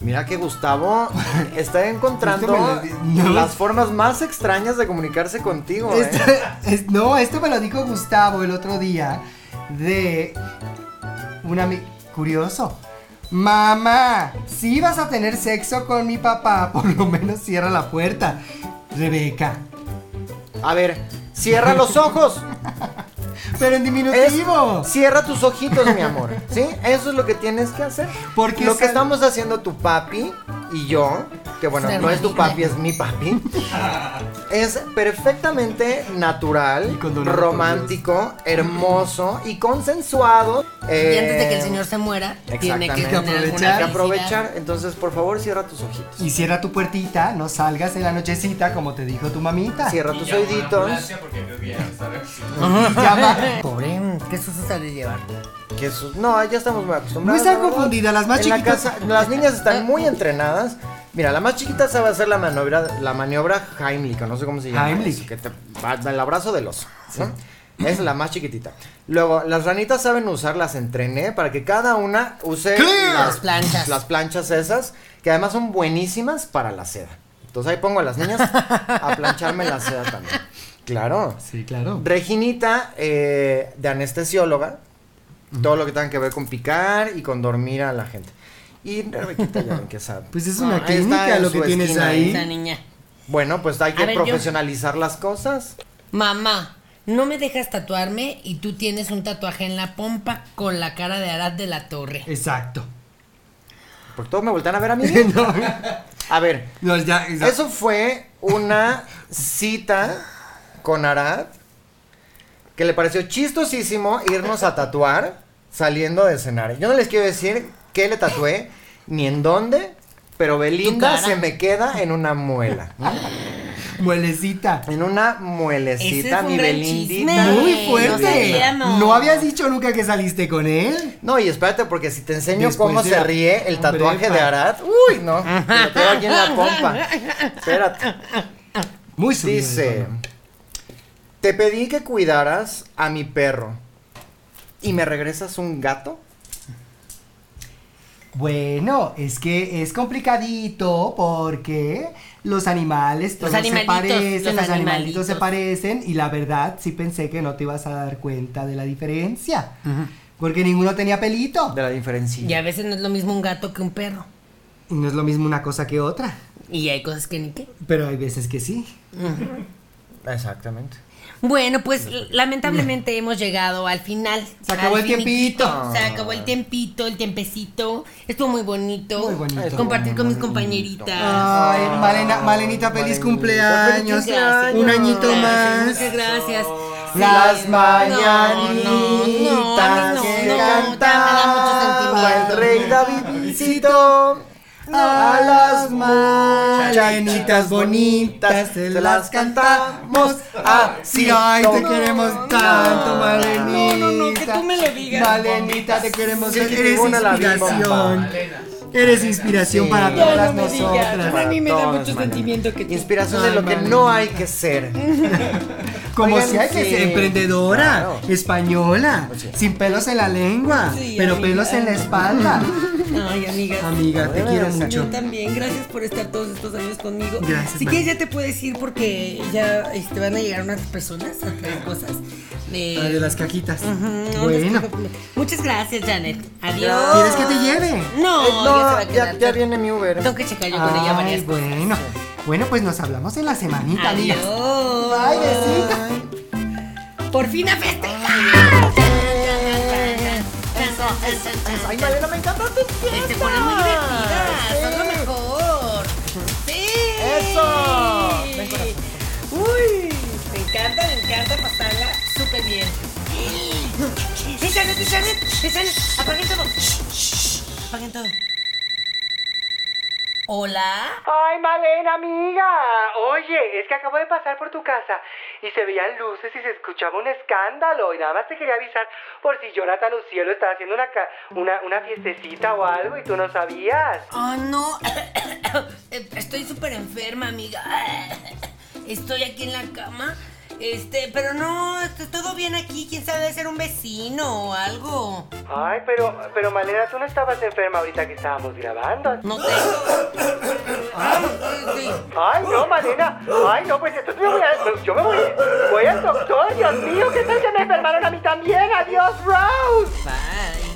S3: Mira que Gustavo [LAUGHS] está encontrando
S1: Esto me lo di- no.
S3: las formas más extrañas de comunicarse contigo. ¿eh?
S1: Esto- es- no, esto me lo dijo Gustavo el otro día de un amigo curioso. Mamá, si vas a tener sexo con mi papá, [LAUGHS] por lo menos cierra la puerta. Rebeca.
S3: A ver, cierra los
S1: [LAUGHS]
S3: ojos.
S1: Pero en
S3: Es-
S1: diminutivo.
S3: cierra tus ojitos, mi amor. ¿Sí? Eso es lo que tienes que hacer.
S1: Porque
S3: lo que
S1: sal-
S3: estamos haciendo tu papi y yo, que bueno,
S2: Ser
S3: no es tu
S2: maligna.
S3: papi, es mi
S1: [LAUGHS]
S3: papi, es perfectamente
S1: Y
S3: natural,
S1: con dolor,
S3: romántico, hermoso y consensuado.
S2: Y antes de que
S3: eh,
S2: el señor se muera, tiene que
S3: exactamente.
S2: tener
S1: Hay
S2: alguna
S3: Hay
S1: que aprovechar.
S3: que
S2: felicidad.
S3: aprovechar. Entonces, por favor, cierra tus ojitos.
S1: Y cierra tu puertita, no salgas en la nochecita como te dijo tu mamita.
S3: Cierra
S4: Y
S3: tus
S4: llamo a la
S3: oíditos.
S4: ambulancia porque creo que ya
S2: [LAUGHS]
S4: sabes.
S1: Llama-
S2: Pobre, qué susto se ha de llevar.
S3: Que eso- no, ya estamos muy acostumbrados.
S1: No están
S3: la verdad.
S1: confundidas, las más
S3: En la
S1: chiquitas-
S3: casa- las niñas están muy entrenadas. Mira, la más chiquita sabe hacer la maniobra, la maniobra Heimlich, o no sé cómo se llama.
S1: Heimlich.
S3: eso, que te va el abrazo del oso. ¿no? Es la más chiquitita. Luego, las ranitas saben usar, las entrené para que cada una use
S1: Clear.
S2: Las planchas.
S3: Las planchas esas, que además son buenísimas para la seda. Entonces ahí pongo a las niñas a plancharme la seda también. Claro.
S1: Sí, claro.
S3: Reginita, eh, de anestesióloga, todo lo que tenga que ver con picar y con dormir a la gente. Y Rebequita ya ven que sabe.
S1: [LAUGHS] Pues es una
S3: Ah,
S1: clínica
S3: está en
S1: lo que
S3: su
S1: tienes
S3: esquina
S1: ahí.
S2: Esa niña.
S3: Bueno, pues hay que
S2: A ver, yo-
S3: profesionalizar las cosas.
S2: Mamá, no me dejas tatuarme y tú tienes un tatuaje en la pompa con la cara de Arad de la Torre.
S1: Exacto. [LAUGHS]
S3: Porque todos me voltean a ver a mí.
S1: no,
S3: A ver,
S1: no, ya, ya.
S3: eso fue una cita con Arad que le pareció chistosísimo irnos a tatuar saliendo de cenar. Yo no les quiero decir qué le tatué ni en dónde, pero Belinda
S2: cara.
S3: se me queda en una muela.
S1: Muelecita.
S3: En una
S2: Ese
S3: muelecita,
S2: fue
S3: mi
S2: un gran
S3: Belindita.
S2: chisme.
S1: Muy fuerte.
S2: sabíamos.
S1: No habías dicho nunca que saliste con él.
S3: No, y espérate, porque si te enseño
S1: Después
S3: cómo
S1: de
S3: se
S1: la-
S3: ríe el
S1: Hombre,
S3: tatuaje de
S1: pa-
S3: Arad, uy, no, te lo tengo aquí en
S1: [LAUGHS]
S3: la pompa. Espérate.
S1: Muy subido. de
S3: Dice,
S1: tono.
S3: te pedí que cuidaras a mi perro y me regresas un gato.
S1: Bueno, es que es complicadito porque los animales todos
S2: Los
S1: se
S2: animalitos,
S1: parecen, los,
S2: los
S1: animalitos.
S2: animalitos.
S1: se parecen y la verdad sí pensé que no te ibas a dar cuenta de la diferencia. Porque ninguno tenía pelito.
S3: De la diferencia.
S2: Y a veces no es lo mismo un gato que un perro.
S1: Y no es lo mismo una cosa que otra.
S2: Y hay cosas que ni qué.
S1: Pero hay veces que sí.
S3: Exactamente.
S2: Bueno, pues lamentablemente hemos llegado al final.
S1: Se acabó
S2: Al
S1: el tiempito.
S2: finiquito. Se acabó el tiempito, el tiempecito. Estuvo muy bonito.
S1: Muy bonito.
S3: Estuvo
S2: Compartir
S3: muy
S2: con mis
S3: bonito.
S2: compañeritas.
S1: Ay, Malena, Malenita, feliz
S3: Malenita,
S1: cumpleaños.
S2: feliz cumpleaños.
S1: Un añito
S2: Gracias,
S1: más.
S2: Muchas gracias.
S1: Las
S2: Sí.
S3: mañanitas
S2: No, no, no, a mí no,
S3: que
S2: no, me da mucho
S3: cantaba
S2: sentimiento.
S3: el rey Davidcito a las
S1: Chanitas
S3: mañanitas
S1: bonitas
S3: bonitas
S1: se
S3: se
S1: las
S3: las cantamos
S1: Sí,
S3: así.
S1: ay, te
S3: No,
S1: queremos tanto,
S3: no,
S1: Malenita.
S2: no, no, que tú me lo digas.
S1: Malenita, te queremos.
S3: Sí, que
S1: eres
S3: ninguna la vi,
S1: inspiración.
S3: bomba.
S4: Elena.
S1: Eres inspiración
S3: Sí.
S1: para
S3: Ya
S1: todas
S2: no me digas,
S1: nosotras.
S2: A mí me da
S3: Para
S2: mucho
S3: todas, Malena.
S2: sentimiento que tú-
S3: Inspiración de
S1: Ay,
S3: lo que
S1: Malena.
S3: no hay que ser.
S1: Como
S3: Oigan,
S1: si hay que
S3: sí,
S1: ser emprendedora,
S3: claro.
S1: española, sin pelos en la lengua,
S2: Sí,
S1: pero
S2: amiga.
S1: pelos en
S2: [LAUGHS]
S1: la espalda.
S2: Ay, amigas.
S1: Amiga, te
S3: Ay,
S1: quiero
S3: Dios,
S1: mucho.
S2: Yo también, gracias por estar todos estos años conmigo.
S1: Gracias,
S2: Si
S1: Mari.
S2: quieres ya te puedes ir porque ya este, van a llegar unas personas a traer cosas. Eh,
S1: La de las cajitas.
S2: ujú, no,
S1: Bueno,
S2: no es que- Muchas gracias, Janet. Adiós.
S1: ¿quieres que te lleve? Eh,
S2: No, ya se va a
S3: No, ya,
S2: quedar.
S3: ya viene mi Uber.
S2: Tengo que checar yo con ella
S1: Ay,
S2: varias cosas.
S1: bueno. Bueno, pues nos hablamos en la semanita, amigas.
S2: Adiós.
S1: Ay, besitos.
S2: Por fin a festejar. Eso, eso, eso.
S3: Ay, Malena, me encanta tu
S2: Se
S3: fiesta.
S2: ponen Este, muy divertidas, son lo
S3: Sí.
S2: mejor. Sí.
S3: Eso. Ven, corazón.
S2: Uy, me encanta, me encanta pasarla súper bien. Janet, Janet, Janet, apaguen todo. Shh, shh, Apaguen todo. Hola.
S1: Ay, Malena, amiga. Oye, es que acabo de pasar por tu casa y se veían luces y se escuchaba un escándalo. Y nada más te quería avisar por si Jonathan Ucielo estaba haciendo una, ca- una, una fiestecita o algo y tú no sabías.
S2: Ah, no. [COUGHS] Eh, Estoy súper enferma, amiga. [COUGHS] Estoy aquí en la cama. Este, pero no, está todo bien aquí. Quién sabe, debe ser un vecino o algo.
S1: Ay, pero, pero Malena, tú no estabas enferma ahorita que estábamos grabando.
S2: No sé. Ay,
S1: Ay, no, Malena. Ay, no, pues entonces me voy a... Yo me voy... Voy al doctor, Dios mío, ¿qué tal que me enfermaron a mí también? Adiós, Rose.
S2: Bye.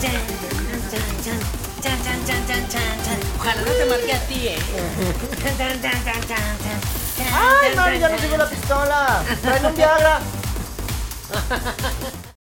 S2: Chan, chan, chan, chan, chan, chan, chan, chan, chan. Ojalá no te marque a
S3: [LAUGHS]
S2: ti, ¿eh? Chan, chan, chan, chan, chan, chan,
S3: ¡Ay,
S2: chan,
S3: mami, ya
S2: chan,
S3: no
S2: chan.
S3: llegó la pistola! ¡Traen un Viagra!